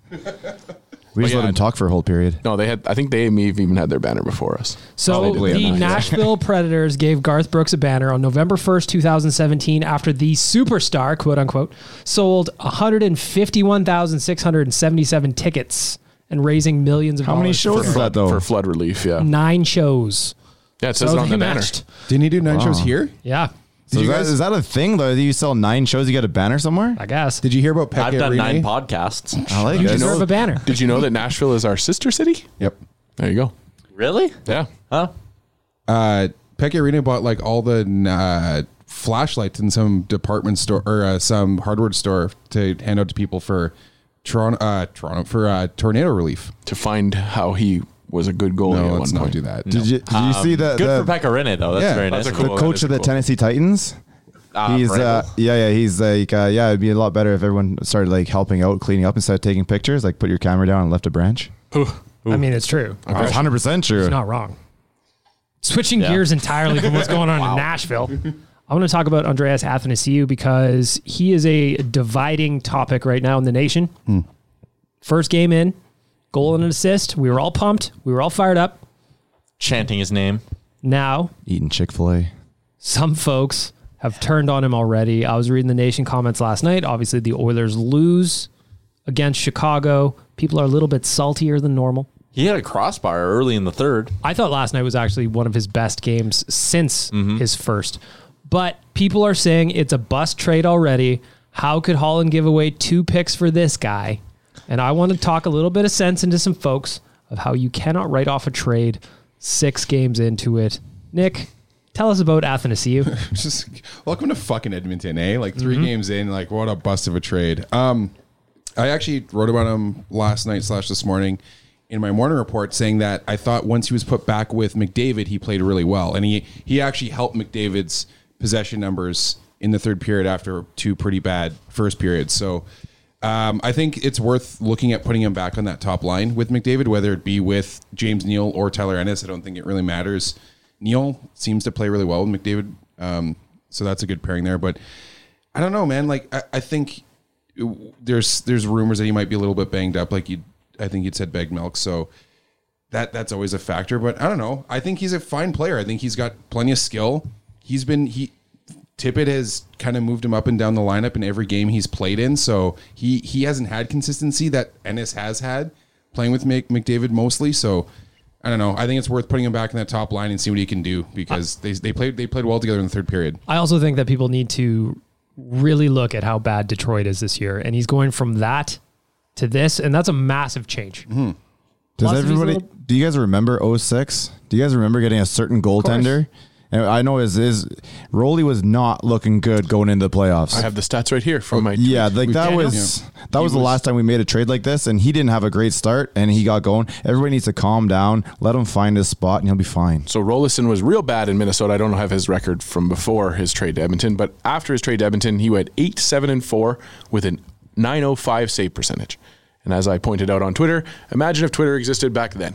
E: We just
C: yeah,
E: let him talk for a whole period.
C: No, they had. I think they may have even had their banner before us.
B: So
E: Probably
B: the
E: not.
B: Nashville Predators gave Garth Brooks a banner on November 1st, 2017 after the superstar, quote unquote, sold 151,677 tickets and raising millions of
E: How
B: dollars.
E: many shows is
B: for
E: that though?
C: for flood relief. Yeah,
B: Nine shows.
C: yeah, it says it on
B: they
C: the banner.
B: matched.
F: Didn't he do nine shows here?
B: Yeah,
E: So
F: Did
E: is,
F: you
E: that,
F: guys-
E: is that a thing though? Do you sell nine shows? You got a banner somewhere?
B: I guess.
F: Did you hear about Peke
D: I've done nine
F: Rene?
D: podcasts.
E: I like
B: you
E: this.
B: deserve a banner?
C: Did you know that Nashville is our sister city?
F: Yep.
C: There you go.
D: Really?
C: Yeah.
D: Huh?
F: Uh, Peke Arena bought like all the uh, flashlights in some department store or uh, some hardware store to hand out to people for Toronto, uh, Toronto for uh, tornado relief.
C: To find how he was a good goalie
F: No,
C: at
F: let's
C: one
F: not
C: point.
F: do that.
E: Did you, did you see the,
D: Um, Good
E: the,
D: for Pekka Rinne, though. That's
F: Yeah,
D: very nice.
C: that's a
D: of
C: cool
D: him.
E: the
C: Well, that
E: coach
C: is
E: of the
C: cool.
E: Tennessee Titans?
D: Ah,
E: he's
D: Vrabel.
E: uh, yeah yeah he's like uh, yeah it'd be a lot better if everyone started like helping out cleaning up instead of taking pictures like put your camera down and left a branch.
B: I mean, it's true.
E: I was hundred percent sure.
B: He's not wrong. Switching
D: Yeah.
B: gears entirely from what's going on in Nashville, I want to talk about Andreas Athanasiou because he is a dividing topic right now in the nation. First game in, goal and an assist. We were all pumped. We were all fired up.
D: chanting his name.
B: Now
E: Eating Chick Fil A.
B: some folks have turned on him already. I was reading the Nation comments last night. Obviously, the Oilers lose against Chicago. People are a little bit saltier than normal.
D: He had a crossbar early in the third.
B: I thought last night was actually one of his best games since his first. But people are saying it's a bust trade already. How could Holland give away two picks for this guy? And I want to talk a little bit of sense into some folks of how you cannot write off a trade six games into it. Nick, tell us about Athanasiu.
F: Just welcome to fucking Edmonton, eh? Like 3 games in, like what a bust of a trade. Um, I actually wrote about him last night slash this morning in my morning report, saying that I thought once he was put back with McDavid, he played really well, and he he actually helped McDavid's possession numbers in the third period after two pretty bad first periods. So. Um, I think it's worth looking at putting him back on that top line with McDavid, whether it be with James Neal or Tyler Ennis. I don't think it really matters. Neal seems to play really well with McDavid, um, so that's a good pairing there. But I don't know, man. Like I, I think there's there's rumors that he might be a little bit banged up. Like you, I think you'd said bag milk. So that that's always a factor. But I don't know. I think he's a fine player. I think he's got plenty of skill. He's been he Tippett has kind of moved him up and down the lineup in every game he's played in. So he he hasn't had consistency that Ennis has had playing with Mc, McDavid mostly. So. I don't know. I think it's worth putting him back in that top line and see what he can do because they, they played they played well together in the third period.
B: I also think that people need to really look at how bad Detroit is this year. And he's going from that to this, and that's a massive change.
E: Mm-hmm. Does
B: Plus, if he's a
E: everybody?
B: little-
E: do you guys remember 06? Do you guys remember getting a certain goaltender? And I know his his Rolly was not looking good going into the playoffs.
C: I have the stats right here from my.
E: Oh, yeah, like that
B: Yeah.
E: was that was the last time we made a trade like this, and he didn't have a great start, and he got going. Everybody needs to calm down, let him find his spot, and he'll be fine.
C: So Rollison was real bad in Minnesota. I don't have his record from before his trade to Edmonton, but after his trade to Edmonton, he went eight, seven, and four with a nine oh five save percentage. And as I pointed out on Twitter, imagine if Twitter existed back then,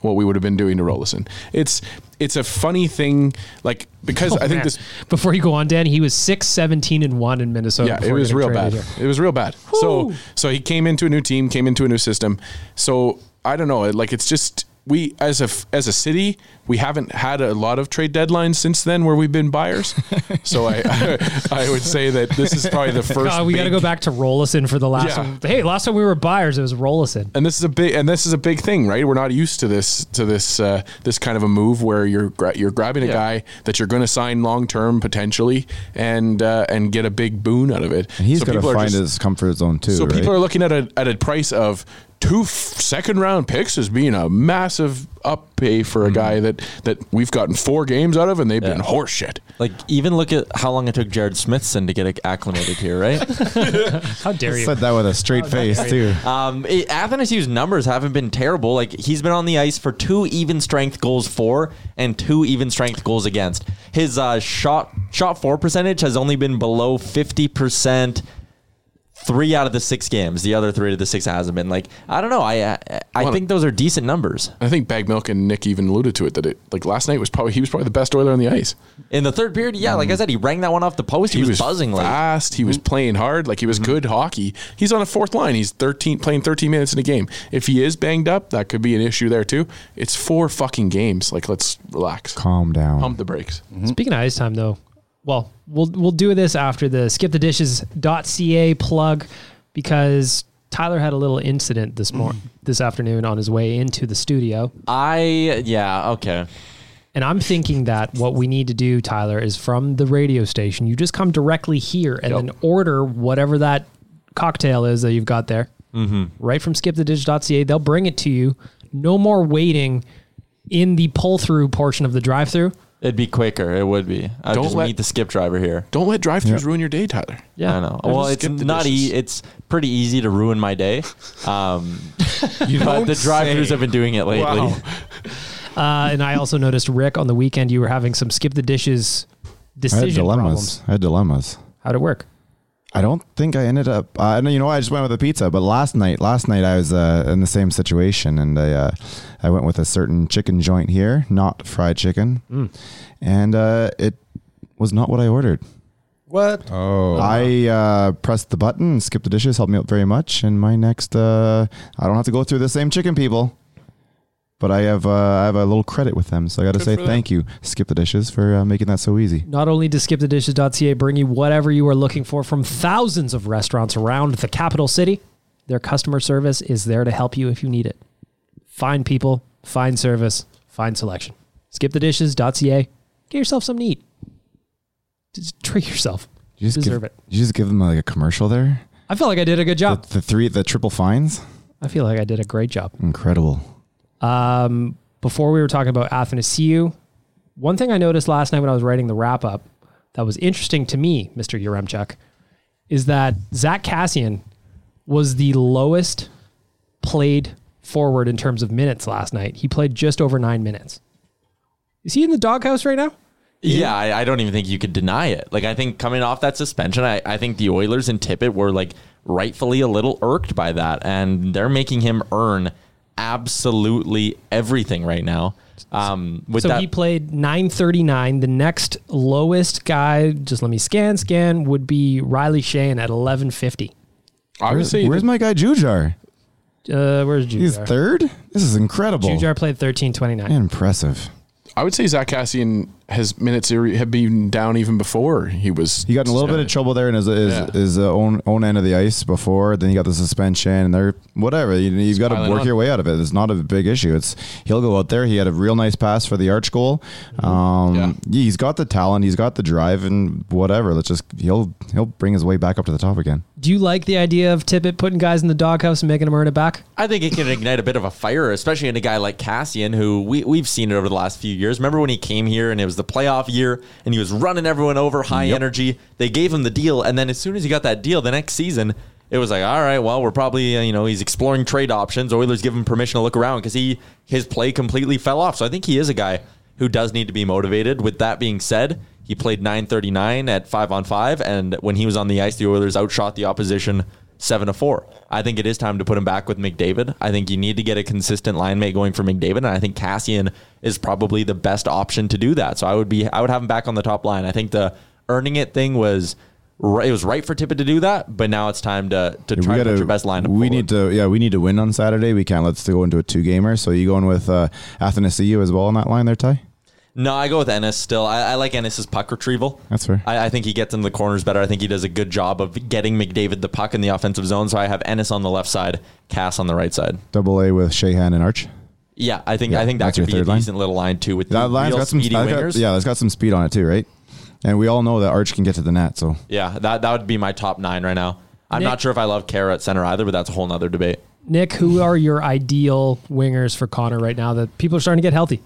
C: what we would have been doing to Rollison. It's it's a funny thing, like because
B: Oh,
C: I think
B: man.
C: this
B: Before you go on, Dan, he was 6 17 and 1 in Minnesota.
C: yeah,
B: before
C: it was
B: getting
C: real
B: traded
C: bad.
B: here.
C: It was real bad. So so he came into a new team, came into a new system. So I don't know. Like it's just we as a f- as a city, we haven't had a lot of trade deadlines since then where we've been buyers. so I, I would say that this is probably the first.
B: God, Uh, we got to
C: big-
B: go back to Rollison for the last
C: Yeah.
B: one. Hey, last time we were buyers, it was Rollison.
C: and this is a big and this is a big thing, right? We're not used to this to this uh, this kind of a move where you're gra- you're grabbing a guy that you're going to sign long term potentially and uh, and get a big boon out of it.
E: And he's got
C: people
E: to
C: are
E: find
C: just-
E: his comfort zone too.
C: So
E: right?
C: people are looking at a at a price of two f- second round picks as being a massive up pay for a
E: Hmm.
C: guy that that we've gotten four games out of, and they've been horseshit.
D: Like, even look at how long it took Jared Smithson to get acclimated here, right?
B: How dare you?
E: said that with a straight face too.
D: Um, it, Athanasiu's numbers haven't been terrible. Like he's been on the ice for two even strength goals for and two even strength goals against. His uh, shot shot four percentage has only been below fifty percent. Three out of the six games. The other three out of the six hasn't been. Like I don't know. I I, I think those are decent numbers.
C: I think Bag Milk and Nick even alluded to it that it like last night was probably he was probably the best oiler on the ice.
D: In the third period, yeah, like I said, he rang that one off the post. He, was, buzzing. Like mm-hmm.
C: fast. he was playing hard. Like he was good hockey. He's on a fourth line. He's thirteen playing thirteen minutes in a game. If he is banged up, that could be an issue there too. It's four fucking games. Like let's relax,
E: Calm down.
C: pump the brakes.
E: Hmm?
B: Speaking of ice time, though, well, we'll we'll do this after the skipthedishes.ca plug because Tyler had a little incident this mor-
C: Mm.
B: this afternoon on his way into the studio,
D: I yeah okay.
B: and I'm thinking that what we need to do, Tyler, is from the radio station, you just come directly here and then order whatever that cocktail is that you've got there, mm-hmm. right from skiptheditch.ca. They'll bring it to you. No more waiting in the pull through portion of the drive through.
D: It'd be quicker. It would be. I
C: Don't
D: just
C: let-
D: meet the skip driver here.
C: Don't let drive-throughs ruin your day, Tyler.
D: Yeah, I know. Well,
C: just
D: it's
C: skip the
D: not. E-
C: dishes.
D: it's pretty easy to ruin my day. Um, but
C: don't
D: the drive-throughs
C: say.
D: have been doing it lately.
C: Wow.
B: Uh, and I also noticed, Rick, on the weekend you were having some skip the dishes
E: I had
B: decision
E: dilemmas.
B: problems.
E: I had dilemmas.
B: How'd it work?
E: I don't think I ended up. uh, I know you know what, I just went with a pizza, but last night, last night I was uh, in the same situation, and I uh, I went with a certain chicken joint here, not fried chicken, and uh, it was not what I ordered.
F: What? Oh,
E: I uh, pressed the button, skipped the dishes, helped me out very much, and my next uh, I don't have to go through the same chicken people, but I have uh, I have a little credit with them, so I got to say thank you, skip the dishes, for uh, making that so easy.
B: Not only does skipthedishes.ca bring you whatever you are looking for from thousands of restaurants around the capital city, their customer service is there to help you if you need it. Find people, find service, find selection. Skipthedishes.ca. Get yourself something to eat. Just treat yourself.
E: You just
B: Deserve
E: give,
B: it.
E: You just give them like a commercial there.
B: I feel like I did a good job.
E: The, the three, the triple fines,
B: I feel like I did a great job.
E: incredible.
B: Um, before we were talking about Athanasiu, one thing I noticed last night when I was writing the wrap up that was interesting to me, Mr. Yaremchuk, is that Zach Cassian was the lowest played forward in terms of minutes last night. He played just over nine minutes. Is he in the doghouse right now?
D: Yeah, I, I don't even think you could deny it. Like, I think coming off that suspension, I, I think the Oilers and Tippett were like rightfully a little irked by that, and they're making him earn absolutely everything right now. Um, with
B: So
D: that,
B: he played 939. The next lowest guy, just let me scan, scan, would be Riley Shane at 1150.
C: I would say
E: Where's my guy Jujar?
B: Uh, where's Jujar?
E: He's third. This is incredible.
B: Jujar played 1329.
E: Impressive.
C: I would say Zach Cassian has minutes er- have been down even before he was.
E: He got in a little bit of trouble there in his his,
C: Yeah.
E: his uh, own own end of the ice before. Then he got the suspension and they're whatever. You, you've got to
C: piling
E: work
C: on.
E: your way out of it. It's not a big issue. It's he'll go out there. He had a real nice pass for the arch goal. Um,
C: Yeah.
E: He's got the talent. He's got the drive and whatever. Let's just he'll he'll bring his way back up to the top again.
B: Do you like the idea of Tippett putting guys in the doghouse and making them earn it back?
D: I think it can ignite a bit of a fire, especially in a guy like Cassian, who we, we've seen it over the last few years. Remember when he came here and it was the playoff year and he was running everyone over, high energy. They gave him the deal. And then as soon as he got that deal the next season, it was like, all right, well, we're probably, uh, you know, he's exploring trade options. Oilers give him permission to look around because he his play completely fell off. So I think he is a guy who does need to be motivated. With that being said, he played 939 at 5 on 5 and when he was on the ice, the Oilers outshot the opposition 7 to 4. I think it is time to put him back with McDavid. I think you need to get a consistent line mate going for McDavid and I think Cassian is probably the best option to do that. So I would be I would have him back on the top line. I think the earning it thing was ri- it was right for Tippett to do that, but now it's time to to try to put your best lineup.
E: We
D: forward.
E: need to yeah we need to win on Saturday. We can't let's go into a two gamer. So you going with uh, Athanasiu as well on that line there, Ty?
D: No, I go with Ennis still. I, I like Ennis's puck retrieval.
E: That's fair.
D: I, I think he gets in the corners better. I think he does a good job of getting McDavid the puck in the offensive zone. So I have Ennis on the left side, Cass on the right side.
E: Double A with Shahan and Arch.
D: Yeah, I think
E: Yeah,
D: I think that
E: that's
D: could
E: your
D: be a
E: third line.
D: decent little line too with the
E: That line's
D: real
E: got some
D: speedy
E: that's got-
D: wingers.
E: yeah, it's got some speed on it too, right? And we all know that Arch can get to the net, so
D: yeah, that that would be my top nine right now. I'm
B: Nick-
D: not sure if I love Kara at center either, but that's a whole nother debate.
B: Nick, who are your ideal wingers for Connor right now that people are starting to get healthy?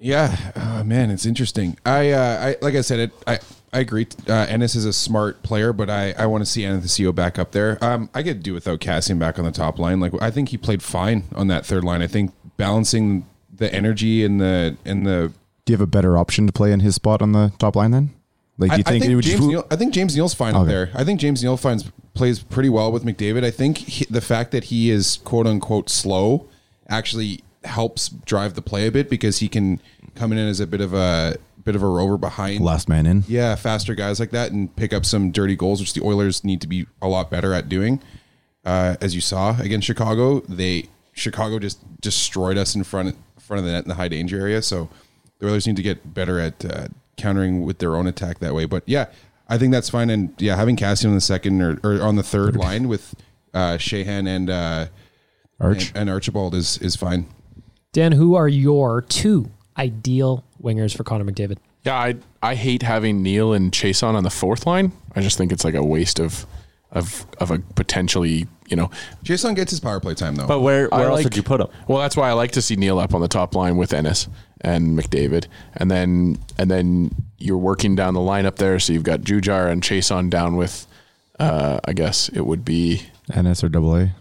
F: Yeah, oh, man, it's interesting. I, uh, I like I said, it, I I agree. Uh, Ennis is a smart player, but I, I want to see Anthasio back up there. Um, I could do without Cassian back on the top line. Like I think he played fine on that third line. I think balancing the energy and the and the.
E: do you have a better option to play in his spot on the top line then? Like, do you
F: I, I
E: think, it would
F: James
E: who-
F: Neal, I think James Neal's fine up
E: Okay.
F: there. I think James Neal finds plays pretty well with McDavid. I think he, the fact that he is quote unquote slow actually helps drive the play a bit because he can come in as a bit of a bit of a rover behind
E: last man in?
F: yeah, faster guys like that and pick up some dirty goals, which the Oilers need to be a lot better at doing. Uh, as you saw against Chicago, they Chicago just destroyed us in front front of the net in the high danger area. So the Oilers need to get better at uh, countering with their own attack that way. But yeah, I think that's fine. And yeah, having Cassian on the second or, or on the third line with uh, Shahan and uh,
E: Arch.
F: and, and Archibald is is fine.
B: Dan, who are your two ideal wingers for Connor McDavid?
C: Yeah, I I hate having Neil and Chase on on the fourth line. I just think it's like a waste of of of a potentially you know.
F: Jason gets his power play time though.
D: But where,
C: I
D: where else
C: like-
D: did you put him?
C: Well, that's why I like to see Neil up on the top line with Ennis and McDavid, and then and then you're working down the lineup there. So you've got Jujar and Chase on down with. Uh, I guess it would be
E: NS or double A.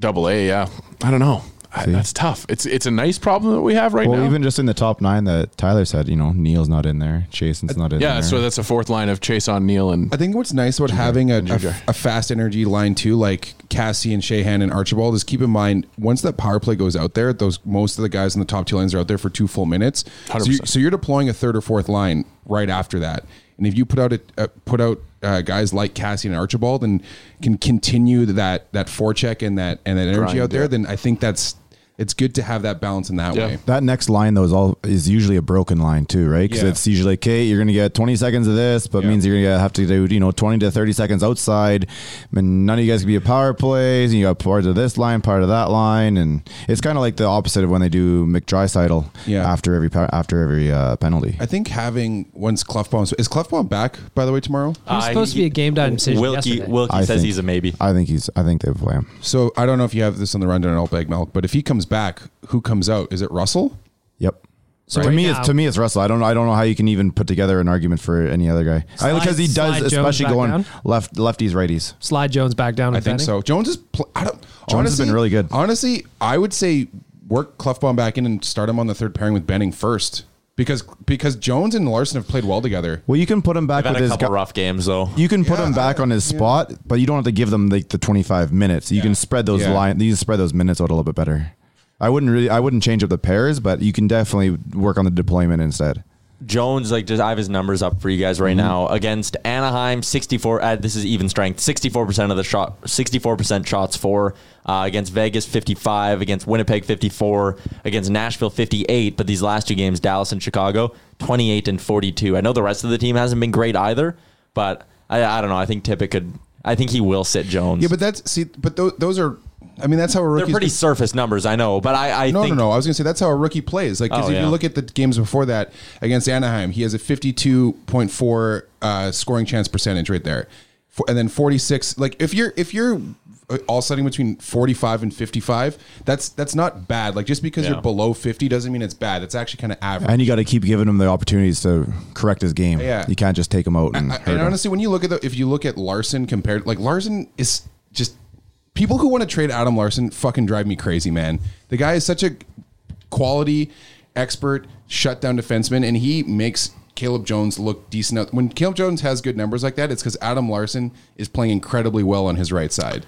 C: double A. Yeah, I don't know. I,
E: See?
C: that's tough. It's it's a nice problem that we have right
E: Well,
C: now.
E: even just in the top nine that Tyler said, you know, Neil's not in there, Jason's not in
C: yeah,
E: there.
C: so that's a fourth line of Chase on Neil and
F: I think what's nice about having a,
C: Ginger.
F: a, a fast energy line too, like Cassie and Shahan and Archibald, is keep in mind once that power play goes out there, those most of the guys in the top two lines are out there for two full minutes. So, you,
C: 100%.
F: so you're deploying a third or fourth line right after that, and if you put out a, uh, put out uh, guys like Cassie and Archibald and can continue that that forecheck and that and that energy
C: Grind,
F: out there,
C: yeah.
F: then I think that's it's good to have that balance in that
C: Yeah.
F: way.
E: that next line though is all is usually a broken line too, right? Because
F: Yeah.
E: it's usually okay, you're gonna get 20 seconds of this, but means you're gonna have to do you know 20 to 30 seconds outside. I mean, none of you guys can be a power plays. And you got parts of this line, part of that line, and it's kind of like the opposite of when they do McDrysital
F: Yeah.
E: after every power, after every uh, penalty.
F: I think having once Clefbaum is Clefbaum back by the way tomorrow.
B: He was supposed to be a game time decision
D: Wilkie,
B: yesterday.
D: Wilkie
E: I
D: says
E: think-
D: he's a maybe.
E: I think he's. I think they play him.
F: So I don't know if you have this on the rundown at all, Bag Milk, but if he comes back, who comes out? Is it Russell?
E: Yep.
B: So
E: to
B: right
E: me,
B: now-
E: it's to me, it's Russell. I don't, I don't know how you can even put together an argument for any other guy I-
B: Slide-
E: because he
B: slide
E: does,
B: Jones
E: especially
B: back
E: going
B: down?
E: left, lefties, righties.
B: Slide Jones back down.
F: I think so. Jones is. Pl- I don't.
E: Jones has been really good.
F: Honestly, I would say work Clefbaum back in and start him on the third pairing with Benning first because because Jones and Larson have played well together.
E: Well, you can put him back
D: I've had
E: with
D: a
E: his.
D: couple
E: gu-
D: rough games though.
E: you can put him back on his spot, but you don't have to give them like the 25 minutes. You can spread those
F: Yeah.
E: line. You can spread those minutes out a little bit better. I wouldn't really. I wouldn't change up the pairs, but you can definitely work on the deployment instead.
D: Jones, like, just I have his numbers up for you guys right now against Anaheim, 64. Uh, this is even strength, 64% of the shot, 64% shots for uh, against Vegas, 55 against Winnipeg, 54 against Nashville, 58. But these last two games, Dallas and Chicago, 28 and 42. I know the rest of the team hasn't been great either, but I, I don't know. I think Tippett could. I think he will sit Jones.
F: Yeah, but that's see, but those, those are. I mean, that's how a
D: they're
F: rookie.
D: pretty surface numbers, I know. But I, I
F: no,
D: think
F: no, no. I was going to say that's how a rookie plays. Like, 'cause
D: Oh,
F: if
D: yeah.
F: you look at the games before that against Anaheim, he has a 52.4 uh, scoring chance percentage right there, For, and then 46. Like, if you're if you're uh, all setting between 45 and 55, that's that's not bad. Like, just because
D: Yeah.
F: you're below 50 doesn't mean it's bad. It's actually kind of average.
E: And you got to keep giving him the opportunities to correct his game.
F: Yeah.
E: you can't just take him out and.
F: I-
E: hurt
F: and
E: him.
F: honestly, when you look at the, if you look at Larson compared, like Larson is just people who want to trade Adam Larson fucking drive me crazy, man. The guy is such a quality expert shutdown defenseman, and he makes Caleb Jones look decent. Out. When Caleb Jones has good numbers like that, it's because Adam Larson is playing incredibly well on his right side.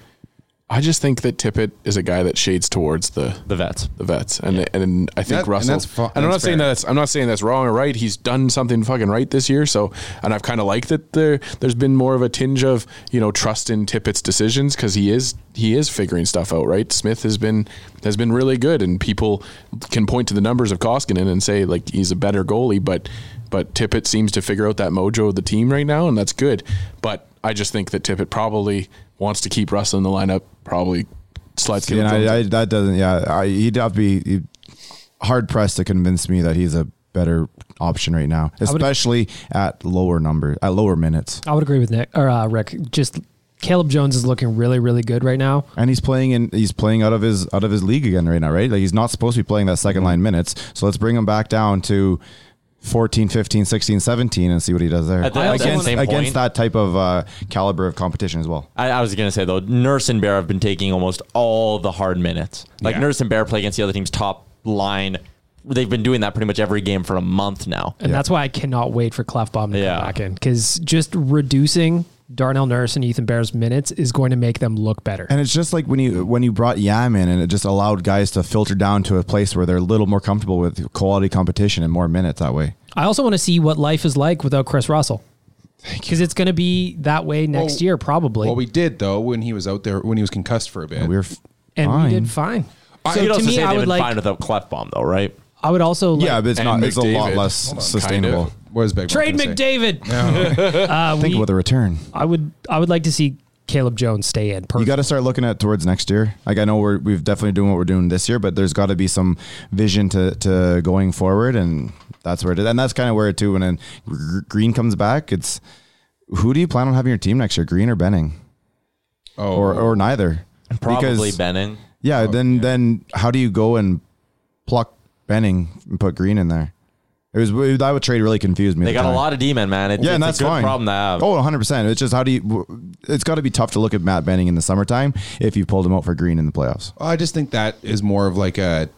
C: I just think that Tippett is a guy that shades towards the
D: the vets.
C: the vets, and and I think
F: That- and
C: Russell.
F: that's fu-
C: and I'm
F: that's
C: not saying
F: fair.
C: that's I'm not saying that's wrong or right. He's done something fucking right this year. So, and I've kind of liked that there. There's been more of a tinge of you know trust in Tippett's decisions because he is he is figuring stuff out. Right, Smith has been has been really good, and people can point to the numbers of Koskinen and say like he's a better goalie, but but Tippett seems to figure out that mojo of the team right now, and that's good. But I just think that Tippett probably wants to keep Russell in the lineup. Probably slides.
E: See, and
C: Caleb Jones
E: I, I, that doesn't. Yeah, I, he'd have to be he'd- hard pressed to convince me that he's a better option right now, especially at lower number, at lower minutes.
B: I would agree with Nick or uh, Rick. Just Caleb Jones is looking really, really good right now.
E: And he's playing in. He's playing out of his out of his league again right now, right? Like he's not supposed to be playing that second line minutes. So let's bring him back down to. 14, 15, 16, 17, and see what he does there.
D: At the- at the
E: against
D: same
E: against
D: point-
E: that type of uh, caliber of competition as well.
D: I, I was gonna say though, Nurse and Bear have been taking almost all the hard minutes. Like
F: Yeah.
D: Nurse and Bear play against the other team's top line. They've been doing that pretty much every game for a month now.
B: And that's why I cannot wait for Clefbaum to
D: Yeah.
B: come back in because just reducing Darnell Nurse and Ethan Bear's minutes is going to make them look better.
E: And it's just like when you when you brought Yam in, and it just allowed guys to filter down to a place where they're a little more comfortable with quality competition and more minutes that way.
B: I also want to see what life is like without Chris Russell because it's going to be that way next
F: Well-
B: year probably.
F: Well, we did though when he was out there when he was concussed for a bit.
E: We were f-
B: and
E: fine.
B: we did fine.
D: So
B: So
D: you'd
B: to
D: also
B: me,
D: say
B: I
D: they've
B: would
D: been
B: like.
D: fine without Clefbaum though, right?
B: I would also like.
E: yeah, but it's
C: And
E: not. It's a lot
C: McDavid.
E: less
C: Hold on,
E: sustainable.
C: kind
F: What is Bag Milk
B: Trade
F: gonna say?
B: McDavid. uh,
E: Think
B: we-
E: about the return.
B: I would I would like to see Caleb Jones stay in.
E: You got to start looking at towards next year. Like I know we're we've definitely doing what we're doing this year, but there's got to be some vision to to going forward, and that's where it is. And that's kind of where it too. When then Gr- Green comes back, it's who do you plan on having your team next year? Green or Benning,
F: Oh,
E: or or neither?
D: Probably
E: Because-
D: Benning.
E: Yeah. then then how do you go and pluck Benning and put Green in there? It was that would trade really confused me.
D: They
E: at
D: got
E: the
D: a
E: time.
D: lot of D men, man. It's,
E: Yeah,
D: it's
E: and that's
D: a good
E: fine.
D: problem to have.
E: Oh, 100 percent. It's just how do you? It's got to be tough to look at Matt Benning in the summertime if you pulled him out for Green in the playoffs.
F: I just think that is more of like a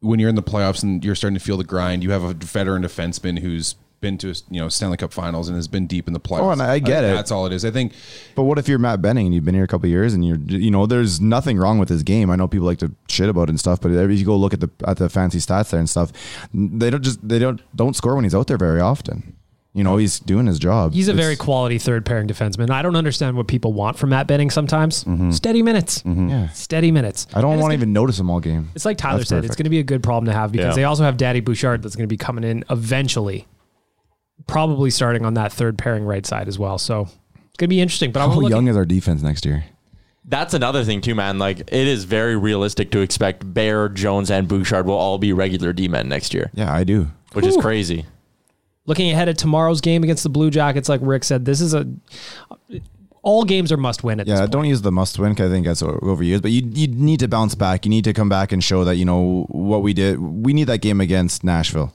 F: when you're in the playoffs and you're starting to feel the grind. You have a veteran defenseman who's been to you know Stanley Cup Finals and has been deep in the playoffs.
E: Oh, and I
F: think
E: get it.
F: That's all it is. I think
E: But what if you're Matt Benning and you've been here a couple of years and you're you know there's nothing wrong with his game. I know people like to shit about it and stuff, but if you go look at the at the fancy stats there and stuff, they don't just they don't don't score when he's out there very often. You know he's doing his job.
B: He's a
E: It's-
B: very quality third pairing defenseman. I don't understand what people want from Matt Benning sometimes. Steady minutes.
E: Mm-hmm. yeah.
B: Steady minutes.
E: I don't
B: And it's
E: want to
B: gonna-
E: even notice him all game.
B: It's like Tyler
E: That's
B: said, it's
E: perfect.
B: going to be a good problem to have because
D: Yeah.
B: they also have Daddy Bouchard that's going to be coming in eventually, probably starting on that third pairing right side as well. So it's going to be interesting. But I'm
E: How
B: looking,
E: young is our defense next year?
D: That's another thing too, man. Like it is very realistic to expect Bear, Jones, and Bouchard will all be regular D men next year,
E: Yeah, I do.
D: which is crazy.
B: looking ahead at tomorrow's game against the Blue Jackets, like Rick said, this is a all games are must win at this
E: Yeah,
B: point.
E: don't use the must win. 'cause I think that's o- overused. But you you need to bounce back. You need to come back and show that you know what we did. We need that game against Nashville.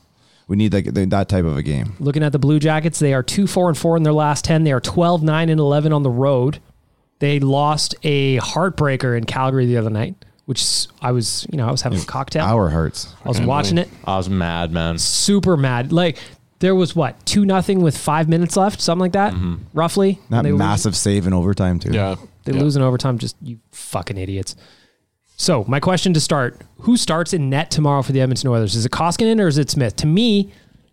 E: We need that that type of a game.
B: Looking at the Blue Jackets, they are 2 4 and 4 in their last 10. They are 12 9 and 11 on the road. They lost a heartbreaker in Calgary the other night, which s- I was, you know, I was having a cocktail.
E: Our hearts.
B: I was watching it,
D: I was mad, man.
B: super mad. Like, there was what, 2 nothing with five minutes left, something like that, roughly.
E: That
B: They lose-
E: massive save in overtime too.
C: Yeah.
B: They lose in overtime. Just you fucking idiots. So my question to start: Who starts in net tomorrow for the Edmonton Oilers? Is it Koskinen or is it Smith? To me,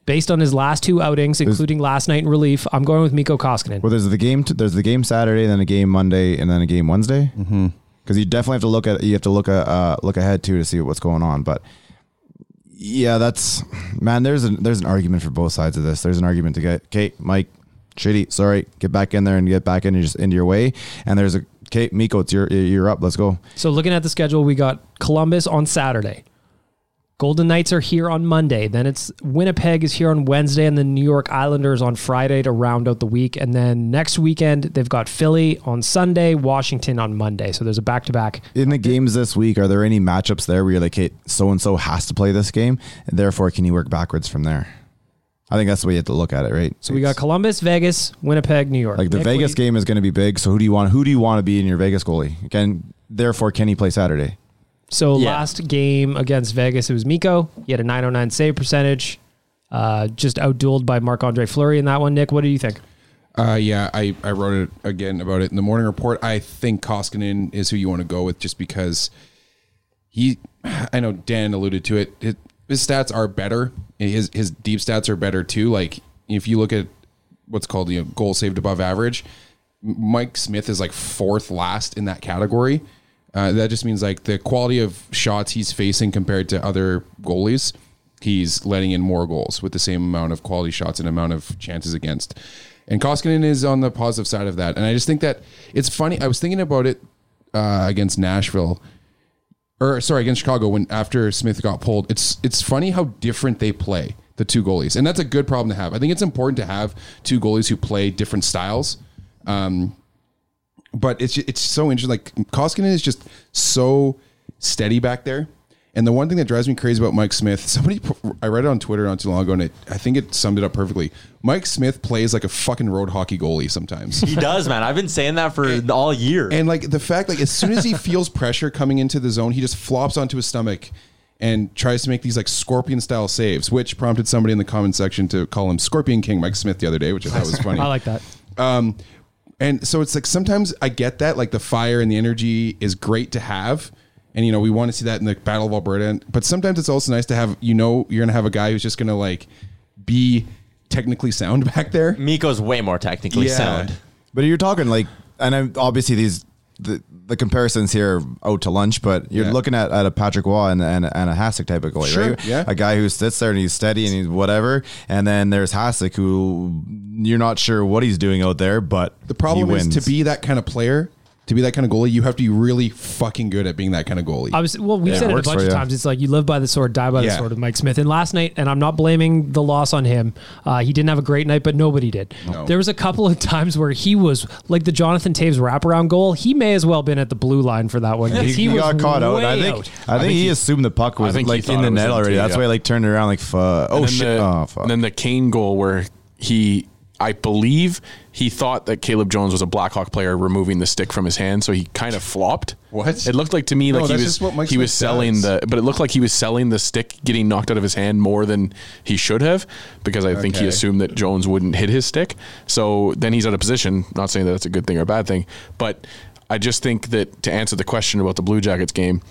B: based on his last two outings, including last night in relief, I'm going with Miko Koskinen.
E: Well, there's the game. T- there's the game Saturday, then a game Monday, and then a game Wednesday. Because you definitely have to look at you have to look at, uh, look ahead too to see what's going on. But yeah, that's man. There's an there's an argument for both sides of this. There's an argument to get Kate, Mike, shitty. Sorry, get back in there and get back into your, into your way. And there's a Kate Miko. It's your you're up. Let's go.
B: So looking at the schedule, we got Columbus on Saturday. Golden Knights are here on Monday. Then it's Winnipeg is here on Wednesday, and then New York Islanders on Friday to round out the week. And then next weekend they've got Philly on Sunday, Washington on Monday. So there's a back to back.
E: In the games this week, are there any matchups there where you're like, hey, so and so has to play this game, and therefore can you work backwards from there? I think that's the way you have to look at it, right?
B: So we got Columbus, Vegas, Winnipeg, New York.
E: Like the
B: Nick, what do
E: Vegas
B: you-
E: game is going to be big. So who do you want? Who do you want to be in your Vegas goalie? Again, therefore, can he play Saturday?
B: So
D: Yeah.
B: last game against Vegas, it was Miko. He had a 909 save percentage. Uh, just outdueled by Marc Andre Fleury in that one. Nick, what do you think?
F: Uh, yeah, I, I wrote it again about it in the morning report. I think Koskinen is who you want to go with just because he, I know Dan alluded to it. His, his stats are better. His his deep stats are better too. Like if you look at what's called you know, goal saved above average, M- Mike Smith is like fourth last in that category. Uh, that just means like the quality of shots he's facing compared to other goalies, he's letting in more goals with the same amount of quality shots and amount of chances against. And Koskinen is on the positive side of that. And I just think that it's funny. I was thinking about it uh, against Nashville or sorry, against Chicago when after Smith got pulled. It's it's funny how different they play the two goalies, and that's a good problem to have. I think it's important to have two goalies who play different styles. Um, but it's it's so interesting. Like Koskinen is just so steady back there. And the one thing that drives me crazy about Mike Smith, somebody put- I read it on Twitter not too long ago, and it, I think it summed it up perfectly. Mike Smith plays like a fucking road hockey goalie sometimes.
D: He does, man. I've been saying that for all year.
F: And like the fact, like as soon as he feels pressure coming into the zone, he just flops onto his stomach and tries to make these like scorpion style saves, which prompted somebody in the comment section to call him Scorpion King Mike Smith the other day, which I thought was funny.
B: I like that.
F: Um, and so it's like sometimes I get that like the fire and the energy is great to have, and you know we want to see that in the Battle of Alberta. And, but sometimes it's also nice to have you know you're gonna have a guy who's just gonna like be technically
B: Mm.
F: sound back there.
D: Miko's way more technically sound.
E: But you're talking like, and I'm, obviously these the the comparisons here are out to lunch, but you're
F: Yeah.
E: looking at, at a Patrick Waugh and, and, and a Hasek type of goalie,
F: Sure,
E: right?
F: yeah.
E: A guy who sits there and he's steady and he's whatever. And then there's Hasek who you're not sure what he's doing out there, but
F: The problem
E: he
F: is to
E: wins.
F: be that kind of player, to be that kind of goalie, you have to be really fucking good at being that kind of goalie.
B: I was well. We've
E: Yeah, it
B: said it a
E: works
B: bunch
E: for
B: of
E: you.
B: times. It's like you live by the sword, die by the
F: Yeah.
B: sword with Mike Smith. And last night, and I'm not blaming the loss on him. Uh, he didn't have a great night, but nobody did. There was a couple of times where he was like the Jonathan Taves wraparound goal. He may as well have been at the blue line for that one. 'cause
E: He, he
B: was
E: got caught out.
B: way
E: I think, I think he, assumed the puck was
C: think he
E: like
C: thought
E: in
C: it
E: the
C: was
E: net
C: empty,
E: already. That's
C: yeah.
E: why he like turned around like fuck. Oh
C: And then
E: shit!
C: The,
E: oh fuck!
C: And then the Kane goal where he, I believe, he thought that Caleb Jones was a Blackhawk player removing the stick from his hand, so he kind of flopped.
F: What?
C: It looked like to me
F: No,
C: like he
F: that's
C: was
F: just what Mike
C: he was
F: Smith
C: selling
F: does.
C: the, but it looked like he was selling the stick getting knocked out of his hand more than he should have because I think he
F: Okay.
C: assumed that Jones wouldn't hit his stick. So then he's out of position. Not saying that that's a good thing or a bad thing, but I just think that to answer the question about the Blue Jackets game,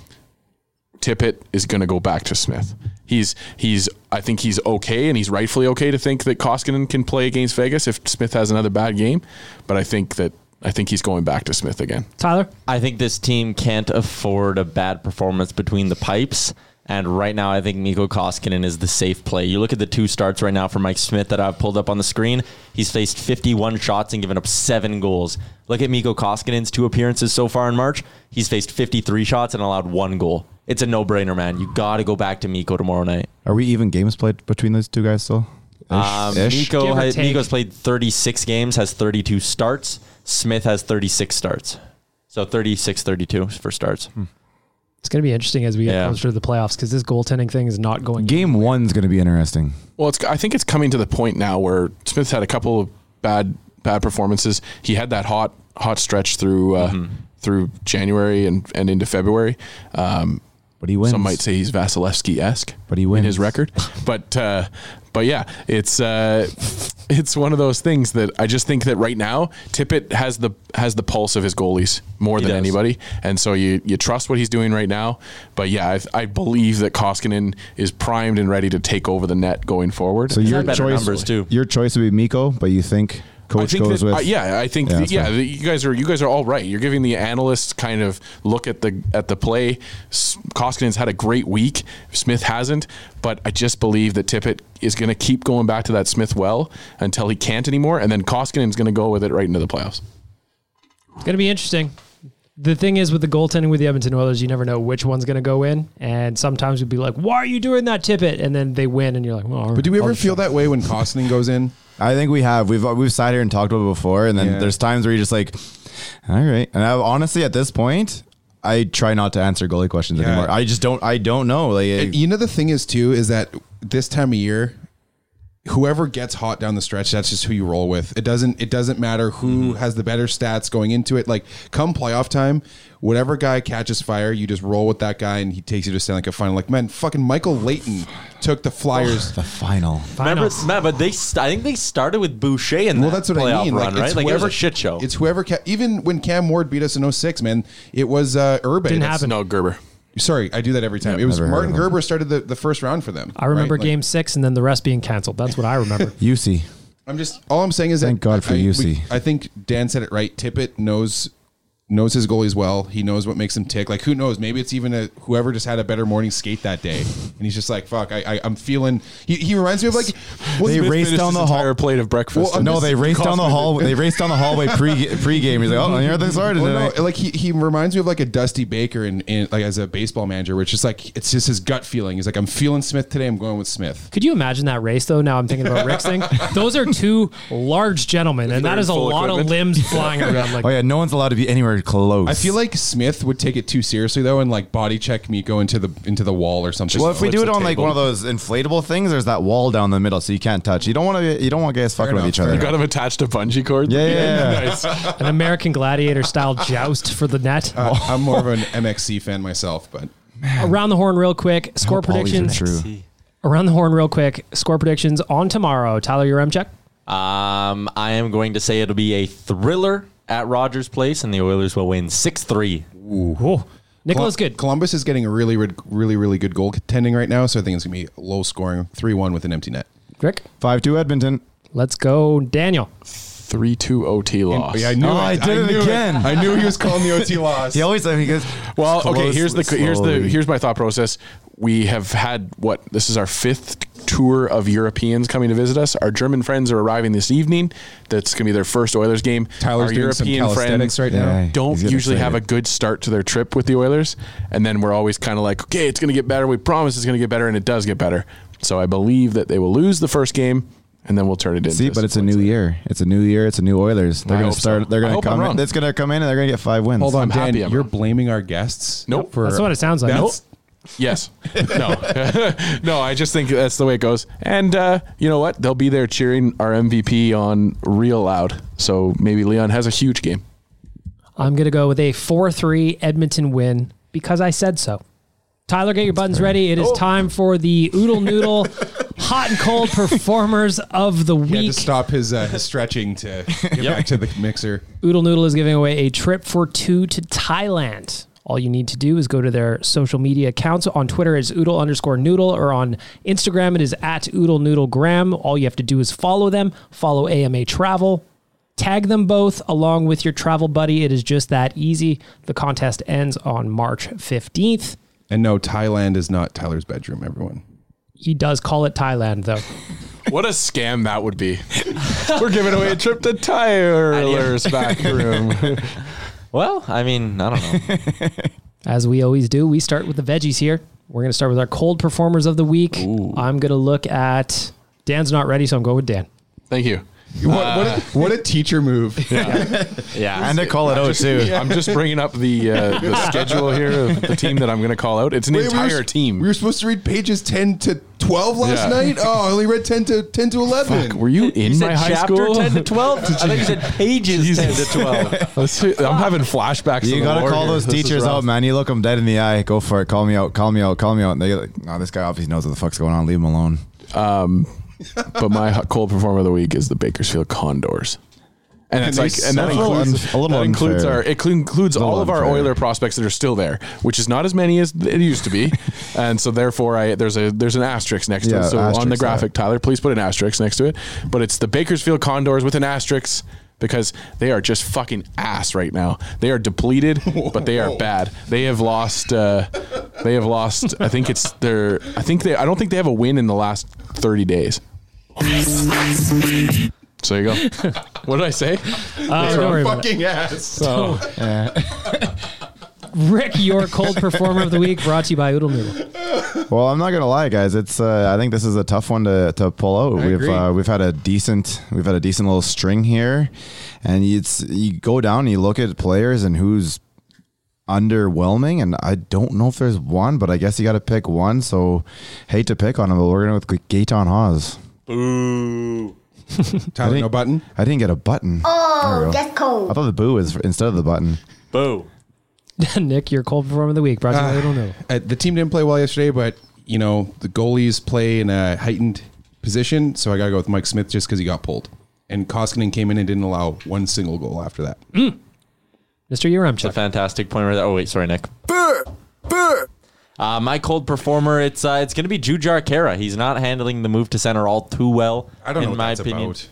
C: Tippett is going to go back to Smith. He's he's I think he's okay and he's rightfully okay to think that Koskinen can play against Vegas if Smith has another bad game, but I think that I think he's going back to Smith again.
B: Tyler,
D: I think this team can't afford a bad performance between the pipes. And right now, I think Miko Koskinen is the safe play. You look at the two starts right now for Mike Smith that I've pulled up on the screen. He's faced 51 shots and given up seven goals. Look at Miko Koskinen's two appearances so far in March. He's faced 53 shots and allowed one goal. It's a no-brainer, man. You got to go back to Miko tomorrow night.
E: Are we even games played between those two guys still? Ish?
D: Um,
E: Ish?
D: Miko
B: Give or
D: has,
B: take.
D: Miko's played 36 games, has 32 starts. Smith has 36 starts. So 36, 32 for starts.
B: it's going to be interesting as we get
D: Yeah.
B: closer to the playoffs because this goaltending thing is not going.
E: Game one's going to be interesting.
C: Well, it's I think it's coming to the point now where Smith's had a couple of bad bad performances. He had that hot hot stretch through uh, through January and and into February. Um,
E: But he wins.
C: Some might say he's Vasilevsky esque,
E: But he
C: in
E: wins.
C: his record. But uh, but yeah, it's uh, it's one of those things that I just think that right now Tippett has the has the pulse of his goalies more than
D: does.
C: anybody, and so you you trust what he's doing right now. But yeah, I, I believe that Koskinen is primed and ready to take over the net going forward.
E: So
C: And
E: your
D: had better
E: choice,
D: numbers, too.
E: Your choice would be Miko, but you think coach
C: I think
E: goes
C: that,
E: with?
C: uh, yeah, I think
E: Yeah,
C: yeah,
E: that's
C: yeah
E: fine.
C: the- you guys are you guys are all right. You're giving the analysts kind of look at the at the play. S- Koskinen's had a great week. Smith hasn't, but I just believe that Tippett is going to keep going back to that Smith well until he can't anymore, and then Koskinen's going to go with it right into the playoffs.
B: It's going to be interesting. The thing is with the goaltending with the Edmonton Oilers, you never know which one's going to go in, and sometimes you'd be like, "Why are you doing that, Tippett?" And then they win, and you're like, "Well, oh, all
F: but do we
B: right,
F: ever
B: I'll-
F: feel that way when Costin goes in?
E: I think we have. We've we've sat here and talked about it before, and then
F: Yeah.
E: there's times where you're just like, all right. And I, honestly, at this point, I try not to answer goalie questions
F: Yeah.
E: anymore. I just don't. I don't know. Like,
F: And you know the thing is too is that this time of year, whoever gets hot down the stretch, that's just who you roll with. It doesn't it doesn't matter who
E: Mm-hmm.
F: has the better stats going into it. Like come playoff time, whatever guy catches fire, you just roll with that guy and he takes you to Stanley Cup final. Like man, fucking Michael Leighton took the Flyers.
E: the final.
D: Remember,
B: Finals.
D: Matt, but they st- I think they started with Boucher and
F: Well, that's what
D: playoff
F: I mean.
D: run,
F: it's
D: right? Like it was a shit show.
F: It's whoever ca- even when Cam Ward beat us in 06, man, it was uh Urban.
B: Didn't
F: That's-
B: happen.
C: No Gerber.
F: Sorry, I do that every time. it was
E: never heard
F: Martin
E: of him.
F: Gerber started the, the first round for them.
B: I remember
F: right? Like-
B: Game Six, and then the rest being canceled. That's what I remember.
E: UC.
F: I'm just all I'm saying is that
E: Thank God for
F: I,
E: UC.
F: I think Dan said it right. Tippett knows knows his goalies well. He knows what makes him tick. Like who knows? Maybe it's even a whoever just had a better morning skate that day, and he's just like, "Fuck, I, I I'm feeling." He, he reminds me of like well,
E: They
F: Smith
E: raced
F: finished
E: down
F: his
E: the hall- uh,
C: Entire plate of breakfast.
F: Well, I'm
E: No,
F: just-
E: they raced down the
F: Cosman-
E: hall. They raced down the hallway pre pregame. He's like, oh, you're this hard
F: Well,
E: today.
F: no, like he, he reminds me of like a Dusty Baker and in, like as a baseball manager, which is like it's just his gut feeling. He's like, I'm feeling Smith today. I'm going with Smith.
B: Could you imagine that race though? Now I'm thinking about Rick's thing. Those are two large gentlemen, and that
C: They're
B: is a
C: full
B: lot of
C: equipment.
B: limbs flying around. Like
E: oh yeah, no one's allowed to be anywhere close.
F: I feel like Smith would take it too seriously though, and like body check Miko into the into the wall or something. Oh,
E: Well, if we do
C: flips
E: it
C: the
E: on like
C: table.
E: one of those inflatable things, there's that wall down the middle, so you can't touch. You don't want to. You don't want guys fucking with
F: enough,
E: each other.
C: You got him attached to bungee cord.
E: Yeah, yeah, yeah.
C: nice.
B: an American gladiator style joust for the net.
F: Uh, I'm more of an MXC fan myself, but
B: Around the horn, real quick. Score
E: Hope all these are
B: predictions.
E: True.
B: Around the horn, real quick. Score predictions on tomorrow. Tyler, your M check.
D: um, I am going to say it'll be a thriller at Rogers Place, and the Oilers will win six three.
B: Nicholas, good.
F: Columbus is getting a really, really, really, really good goaltending right now, so I think it's gonna be low scoring, three one with an empty net.
B: Rick,
E: Five two Edmonton.
B: let's go. Daniel,
C: three two OT loss.
F: Yeah, I knew
E: Oh, I did it
F: knew
E: again.
F: I knew he was calling the OT loss.
E: He always he goes.
C: Well, okay.
E: close
C: Here's the here's the
E: slowly.
C: here's my thought process. We have had what this is our fifth tour of Europeans coming to visit us. Our German friends are arriving this evening. That's gonna be their first Oilers game.
F: Tyler's
C: our
F: doing some calisthenics right now.
E: Yeah.
C: don't
E: He's getting
C: usually have a
E: excited.
C: good start to their trip with the Oilers, and then we're always kind of like, okay, it's gonna get better. We promise it's gonna get better, and it does get better. So I believe that they will lose the first game, and then we'll turn it into.
E: See, but it's a
C: disappointment.
E: new year. It's a new year. It's a new Oilers. They're
C: I
E: gonna
C: hope so.
E: start. They're
C: I
E: gonna
C: hope I'm
E: come.
C: wrong.
E: In, it's gonna come in, and they're gonna get five wins.
F: Hold on,
C: I'm
F: Dan.
C: happy I'm
F: you're
C: wrong.
F: blaming our guests.
C: Nope.
B: That's what it sounds like.
F: That's-
C: Oh. Yes. No. no, I just think that's the way it goes. And uh, you know what? They'll be there cheering our MVP on real loud. So maybe Leon has a huge game.
B: I'm going to go with a 4 3 Edmonton win because I said so. Tyler, get your buttons ready. It is time for the Oodle Noodle Hot and Cold Performers of the
F: He had to
B: Week.
F: stop his, uh, his stretching to get back to the mixer.
B: Oodle Noodle is giving away a trip for two to Thailand. All you need to do is go to their social media accounts. On Twitter, it's oodle underscore noodle, or on Instagram, it is at oodle noodle gram. All you have to do is follow them, follow AMA Travel, tag them both along with your travel buddy. It is just that easy. The contest ends on March 15th.
F: And no, Thailand is not Tyler's bedroom, everyone.
B: He does call it Thailand, though.
C: What a scam that would be. We're giving away a trip to Tyler's back room.
D: Well, I mean, I don't know.
B: As we always do, we start with the veggies here. We're going to start with our cold performers of the week. I'm going to look at Dan's not ready, so I'm going with Dan.
C: Thank you.
F: What,
E: Ah.
F: what, a, what a teacher move.
D: yeah.
E: and they call it O two.
C: I'm just bringing up the uh, the schedule here of the team that I'm going to call out. It's an
F: Wait,
C: entire
F: we were,
C: team.
F: We were supposed to read pages 10 to 12 last
C: Yeah.
F: night. Oh, I only read 10 to 10 to 11.
C: Fuck, were you in
D: You
C: my
D: said
C: high
D: chapter
C: school?
D: 10 to 12? I think you said pages 10 to 12.
C: Let's see. I'm having flashbacks.
E: You
C: to
E: gotta
C: the war
E: call
C: here.
E: those
C: This is
E: teachers
C: rough.
E: out, man. You look them dead in the eye. Go for it. Call me out. Call me out. Call me out. And they're like, "No, this guy obviously knows what the fuck's going on. Leave him alone."
C: but my hot- cold performer of the week is the Bakersfield Condors. And it's
F: they
C: like, and that
F: suck. A little
C: includes,
E: unf- a little
C: that includes
E: unfair.
C: our, it cl- includes all of our
E: unfair.
C: Oiler prospects that are still there, which is not as many as it used to be. and so therefore I, there's a, there's an asterisk next to
E: Yeah,
C: it. So on the
E: asterisk,
C: graphic, Tyler, please put an asterisk next to it, but it's the Bakersfield Condors with an asterisk because they are just fucking ass right now. They are depleted, but they are bad. They have lost, uh, they have lost, I think it's their, I think they, I don't think they have a win in the last 30 days. So there you go. what did I say?
B: Uh, don't worry about it.
F: Fucking ass.
C: So
B: Rick, your cold performer of the week, brought to you by Oodle Noodle.
E: Well, I'm not gonna lie, guys. It's uh, I think this is a tough one to, to pull out. we've
F: agree.
E: Uh, we've had a decent we've had a decent little string here, and it's you go down and you look at players and who's underwhelming, and I don't know if there's one, but I guess you got to pick one. So hate to pick on him, but we're gonna with Gaetan Hawes.
F: Tyler,
E: think-
F: no button.
E: I didn't get a button. Oh, that's cold. I thought the boo was instead of the button.
D: Boo.
B: Nick, your cold performer of the week, brought to you by Oodle Noodle.
F: Uh, the team didn't play well yesterday, but you know the goalies play in a heightened position, so I got to go with Mike Smith just because he got pulled, and Koskinen came in and didn't allow one single goal after that.
B: Mr. Uramchuk.
D: Fantastic point right there. Oh, wait. Sorry, Nick. Uh, my cold performer, it's uh, it's going to be Jujar Kara. He's not handling the move to center all too well,
F: I don't
D: in
F: know what
D: my
F: that's
D: opinion.
F: about.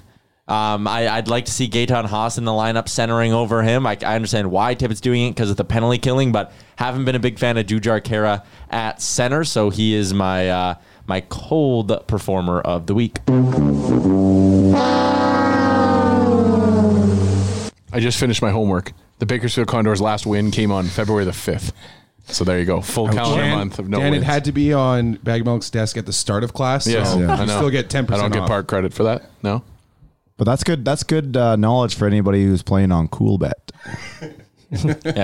D: Um, I, I'd like to see Gaetan Haas in the lineup centering over him. I, I understand why Tippett's doing it because of the penalty killing, but haven't been a big fan of Jujar Kara at center, so he is my uh, my cold performer of the week.
C: I just finished my homework. The Bakersfield Condors last win came on February the 5th. So there you go. Full calendar
F: Oh, Dan-
C: month of no
F: Dan,
C: wins.
F: it had to be on Bag Milk's desk at the start of class.
C: Yes,
F: so
C: I
F: you
C: know.
F: still get ten
C: I
F: percent.
C: don't get part credit for that. No.
E: But that's good. That's good uh, knowledge for anybody who's playing on Cool Bet.
D: yeah,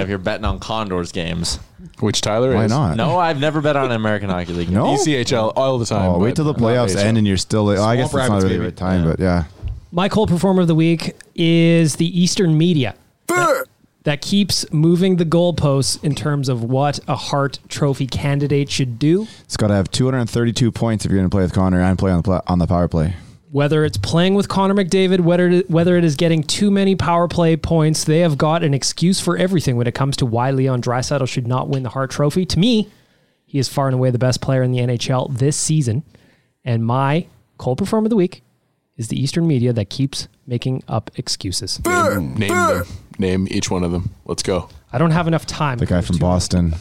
D: if you're betting on Condors games.
C: Which Tyler
E: Why
C: is. E
E: not?
D: No, I've never bet on an American Hockey League.
E: Uh,
F: Oh.
E: No.
C: ECHL all the time.
E: Oh, wait
C: but
E: till the
C: not
E: playoffs
C: AHL.
E: end and you're still. oh, I guess it's not
F: rabbits,
E: really the
F: baby.
E: right time, but yeah.
B: My cold performer of the week is the Eastern media that, that keeps moving the goalposts in terms of what a Hart Trophy candidate should do.
E: It's got to have 232 points if you're going to play with Connor and play on the pla on the power play.
B: Whether it's playing with Connor McDavid, whether it, whether it is getting too many power play points, they have got an excuse for everything when it comes to why Leon Drysaddle should not win the Hart Trophy. To me, he is far and away the best player in the NHL this season. And my cold performer of the week is the Eastern media that keeps making up excuses.
C: Name them. Name each one of them. Let's go.
B: I don't have enough time.
E: The guy from Boston.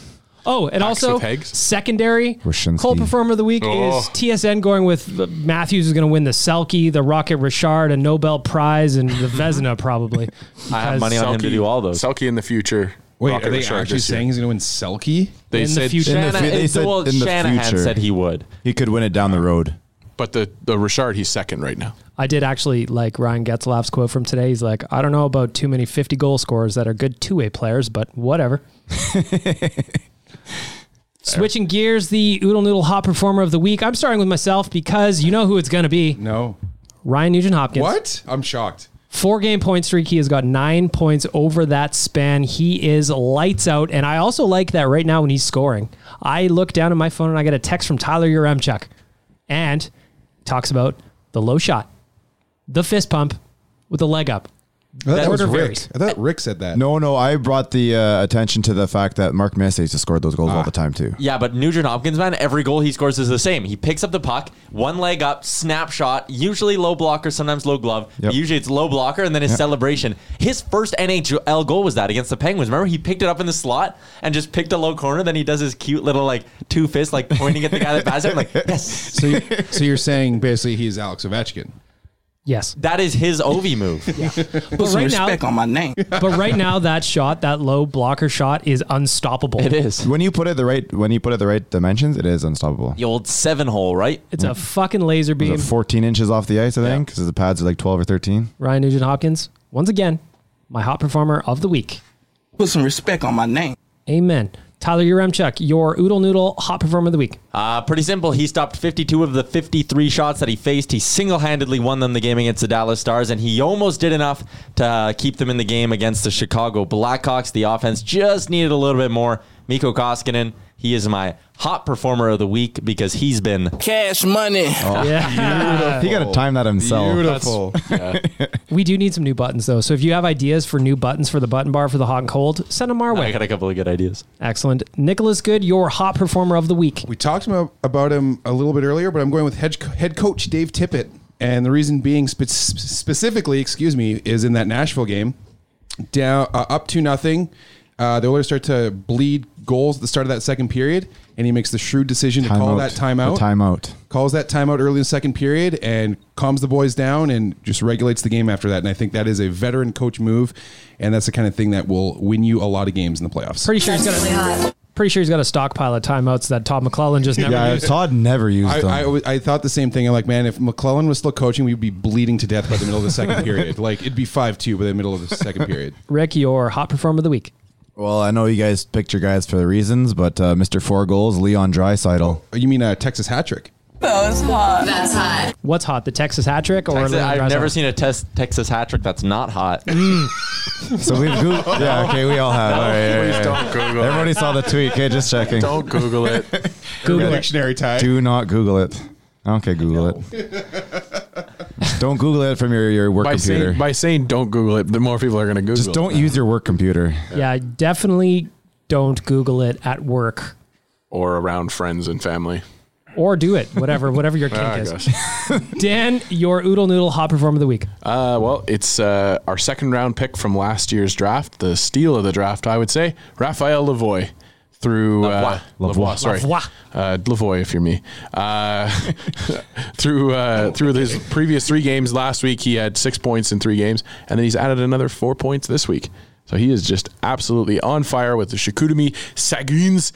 B: Oh, and
C: Hacks
B: also
C: with Hags?
B: secondary
E: Wyszynski.
B: Cold Performer of the Week
C: Oh.
B: is TSN going with uh, Matthews is going to win the Selkie, the Rocket Richard, a Nobel Prize, and the Vezina probably.
D: I have
B: Because
D: money on him to do all those.
C: Selkie in the future.
F: Wait,
C: Rocket
F: are they
C: Richard
F: actually
C: this year.
F: saying he's going to win Selkie?
C: they
B: in the
C: said,
B: future.
E: In the fu- they said
D: well,
E: in the
D: Shanahan
E: future.
D: said he would.
E: He could win it down the road.
C: but the the Richard he's second right now.
B: I did actually like Ryan Getzlaff's quote from today. He's like, I don't know about too many 50 goal scorers that are good two way players, but whatever. Switching gears, the Oodle Noodle Hot Performer of the Week. I'm starting with myself because you know who it's going to be
F: No.
B: Ryan Nugent Hopkins.
F: What? I'm shocked.
B: Four game point streak. He has got nine points over that span. He is lights out. And I also like that right now when he's scoring. I look down at my phone and I get a text from Tyler Uremchuk and talks about the low shot, the fist pump with the leg up.
F: I thought that was
B: order
F: Rick.
B: varies.
F: I thought Rick said that.
E: No, no, I brought the uh, attention to the fact that Mark Messier used to score those goals all the time too.
D: Yeah, but Nugent Hopkins, man, every goal he scores is the same. He picks up the puck, one leg up, snapshot, usually low blocker, sometimes low glove.
E: Yep.
D: Usually it's low blocker, and then his celebration. His first NHL goal was that against the Penguins. Remember, he picked it up in the slot and just picked a low corner. Then he does his cute little like two fists, like pointing at the guy that passed him. Like yes,
F: So, you, so you're saying basically he's Alex Ovechkin.
B: Yes.
D: that is his Ovi move.
B: But right, now,
H: on my name.
B: but right now, that shot, that low blocker shot is unstoppable.
D: It is
E: When you put it the right when you put it the right dimensions, it is unstoppable.
D: the old seven hole, right?
B: It's a fucking laser
E: Was it
B: beam.
E: 14 inches off the ice, I think, because the pads are like 12 or 13.
B: Ryan Nugent Hopkins, once again, my hot performer of the week.
H: Put some respect on my name.
B: Amen. Tyler Uremchuk, your Oodle Noodle Hot Performer of the Week.
D: Uh, pretty simple. He stopped 52 of the 53 shots that he faced. He single handedly won them the game against the Dallas Stars, and he almost did enough to uh, keep them in the game against the Chicago Blackhawks. The offense just needed a little bit more. Miko Koskinen, he is my hot performer of the week because he's been.
H: Cash money.
B: Yeah.
E: He got to time that himself.
F: Beautiful.
B: we do need some new buttons, though. So if you have ideas for new buttons for the button bar for the hot and cold, send them our
D: I
B: way.
D: got a couple of good ideas.
B: Excellent. Nicholas Good, your Hot Performer of the Week.
F: We talked about- about him a little bit earlier, but I'm going with head, co- head coach Dave Tippett. And the reason being spe- specifically, excuse me, is in that Nashville game, down uh, up to nothing. Uh, the Oilers start to bleed goals at the start of that second period, and he makes the shrewd decision to call that timeout.
E: The timeout.
F: calls that timeout early in the second period and calms the boys down and just regulates the game after that. And I think that is a veteran coach move, and that's the kind of thing that will win you a lot of games in the playoffs.
B: Pretty sure he's got a, pretty sure he's got a stockpile of timeouts that Todd McClellan just never
E: Yeah,
B: used.
E: Todd never used
F: I,
E: them.
F: I, always- I thought the same thing. I'm like, man, if McClellan was still coaching, we'd be bleeding to death by the middle of the second period. Like, it'd be 5 2 by the middle of the second period.
B: Rick, your Hot Performer of the Week.
E: well, I know you guys picked your guys for the reasons, but uh, Mr. Four Goals, Leon Dreisidel.
F: Oh, You mean a Texas hat trick?
B: What's hot? The Texas hat trick or
D: Texas,
B: Leon
D: I've
B: Draisaitl?
D: never seen a test Texas hat trick that's not hot.
E: So we've go- Yeah, okay, we all have. All right, yeah, yeah, yeah.
C: Don't Google
E: Everybody
C: it.
E: saw the tweet. Okay, just checking.
C: Don't Google it.
B: Google it.
F: Dictionary tie.
E: Do not Google it. Okay, Google it. don't Google it from your, your work
C: By
E: computer.
C: saying, by saying don't Google it, the more people are going to Google
E: just
C: it.
E: don't use your work computer.
B: Yeah, definitely don't Google it at work
C: Or around friends and family.
B: or do it. Whatever, whatever your kink
C: Ah,
B: is.
C: gosh.
B: Dan, your Oodle Noodle Hot Performer of the Week.
C: Uh, well, it's uh, our second round pick from last year's draft, the steal of the draft, I would say. Raphael Lavoie through uh,
E: Lavoie.
C: Lavoie, sorry,
B: Lavoie.
C: Uh, Lavoie, if you're me. Uh, through uh, through his previous three games last week, he had six points in three games, and then he's added another four points this week. So he is just absolutely on fire with the Shikudimi Saguins.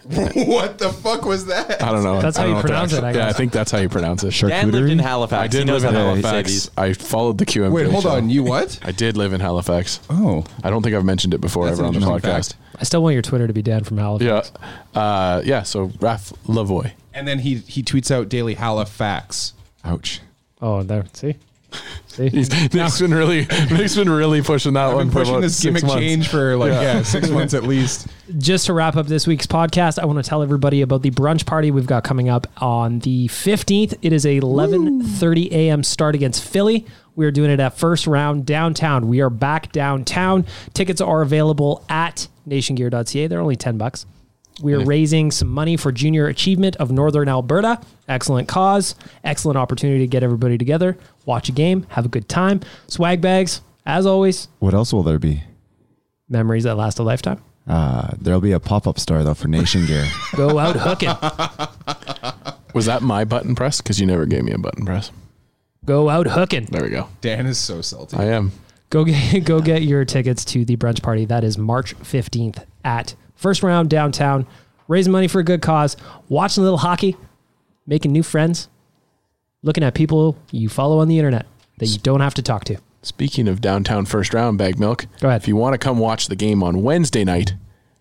F: what the fuck was that?
C: I don't know.
B: That's
C: I
B: how
C: don't
B: you
C: know what the
B: pronounce it,
C: actual-
B: I
C: yeah, I
B: guess.
C: think that's how you pronounce it. Sure.
D: Dan lived in Halifax.
C: I did
D: he knows
C: live in
D: how to say
C: Halifax.
D: these.
C: I followed the QM.
F: Wait, hold on. You what?
C: I did live in Halifax.
F: Oh.
C: I don't think I've mentioned it before
F: That's
C: ever on
F: an
C: the
F: interesting
C: podcast.
F: fact.
B: I still want your Twitter to be Dan from Halifax.
C: Yeah. Uh, yeah. So Raph Lavoy.
F: And then he, he tweets out daily Halifax.
E: Ouch.
B: Oh, there. See? See?
C: Nick's been really, Nick's been really pushing that
F: I've
C: one
F: been
C: for
F: pushing
C: about
F: this
C: six
F: gimmick
C: months.
F: change for like yeah. six months at least.
B: Just to wrap up this week's podcast, I want to tell everybody about the brunch party we've got coming up on the 15th. It is a 11:30 a.m. start against Philly. We are doing it at first round downtown. We are back downtown. Tickets are available at nationgear.ca. They're only 10 bucks. We are raising some money for Junior Achievement of Northern Alberta. Excellent cause, excellent opportunity to get everybody together, watch a game, have a good time. Swag bags, as always,
E: What else will there be?
B: memories that last a lifetime.
E: Uh, there'll be a pop up star though for Nation Gear.
B: Go out hooking.
C: Was that my button press? Because you never gave me a button press.
B: Go out hooking.
C: There we go.
F: Dan is so salty.
C: I am.
B: Go get go get your tickets to the brunch party. That is March fifteenth at First Round downtown. Raising money for a good cause, watching a little hockey, making new friends, looking at people you follow on the internet that you don't have to talk to.
C: Speaking of downtown first round bag milk,
B: Go ahead.
C: if you want to come watch the game on Wednesday night,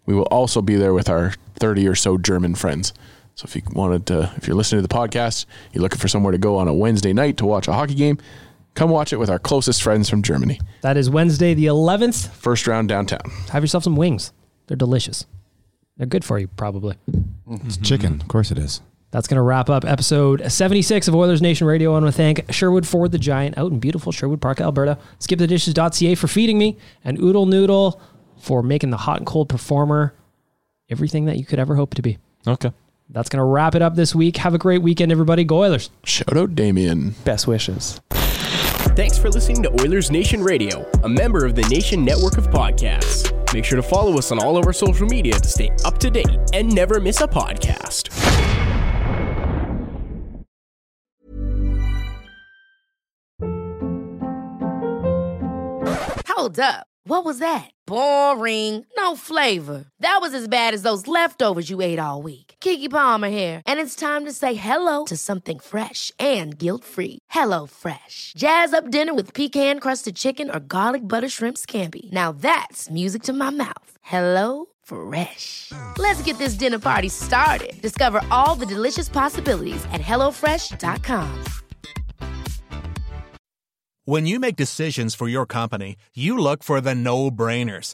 C: we will also be there with our 30 or so German friends. So if you wanted to, if you're listening to the podcast, you're looking for somewhere to go on a Wednesday night to watch a hockey game, come watch it with our closest friends from Germany.
B: That is Wednesday the eleventh.
C: First round downtown.
B: Have yourself some wings. They're delicious. They're good for you, probably.
E: It's chicken, of course it is.
B: That's going to wrap up episode 76 of Oilers Nation Radio. I want to thank Sherwood Ford the Giant out in beautiful Sherwood Park, Alberta, skipthedishes.ca for feeding me, and Oodle Noodle for making the hot and cold performer everything that you could ever hope to be.
D: Okay.
B: That's going to wrap it up this week. Have a great weekend, everybody. Go Oilers.
C: Shout out Damien.
I: Best wishes.
J: Thanks for listening to Oilers Nation Radio, a member of the Nation network of podcasts. Make sure to follow us on all of our social media to stay up to date and never miss a podcast.
K: Hold up. What was that? Boring. No flavor. That was as bad as those leftovers you ate all week. Kiki Palmer here, and it's time to say hello to something fresh and guilt-free. Hello Fresh. Jazz up dinner with pecan-crusted chicken or garlic butter shrimp scampi. Now that's music to my mouth. Hello Fresh. Let's get this dinner party started. Discover all the delicious possibilities at hellofresh.com.
J: When you make decisions for your company, you look for the no brainers.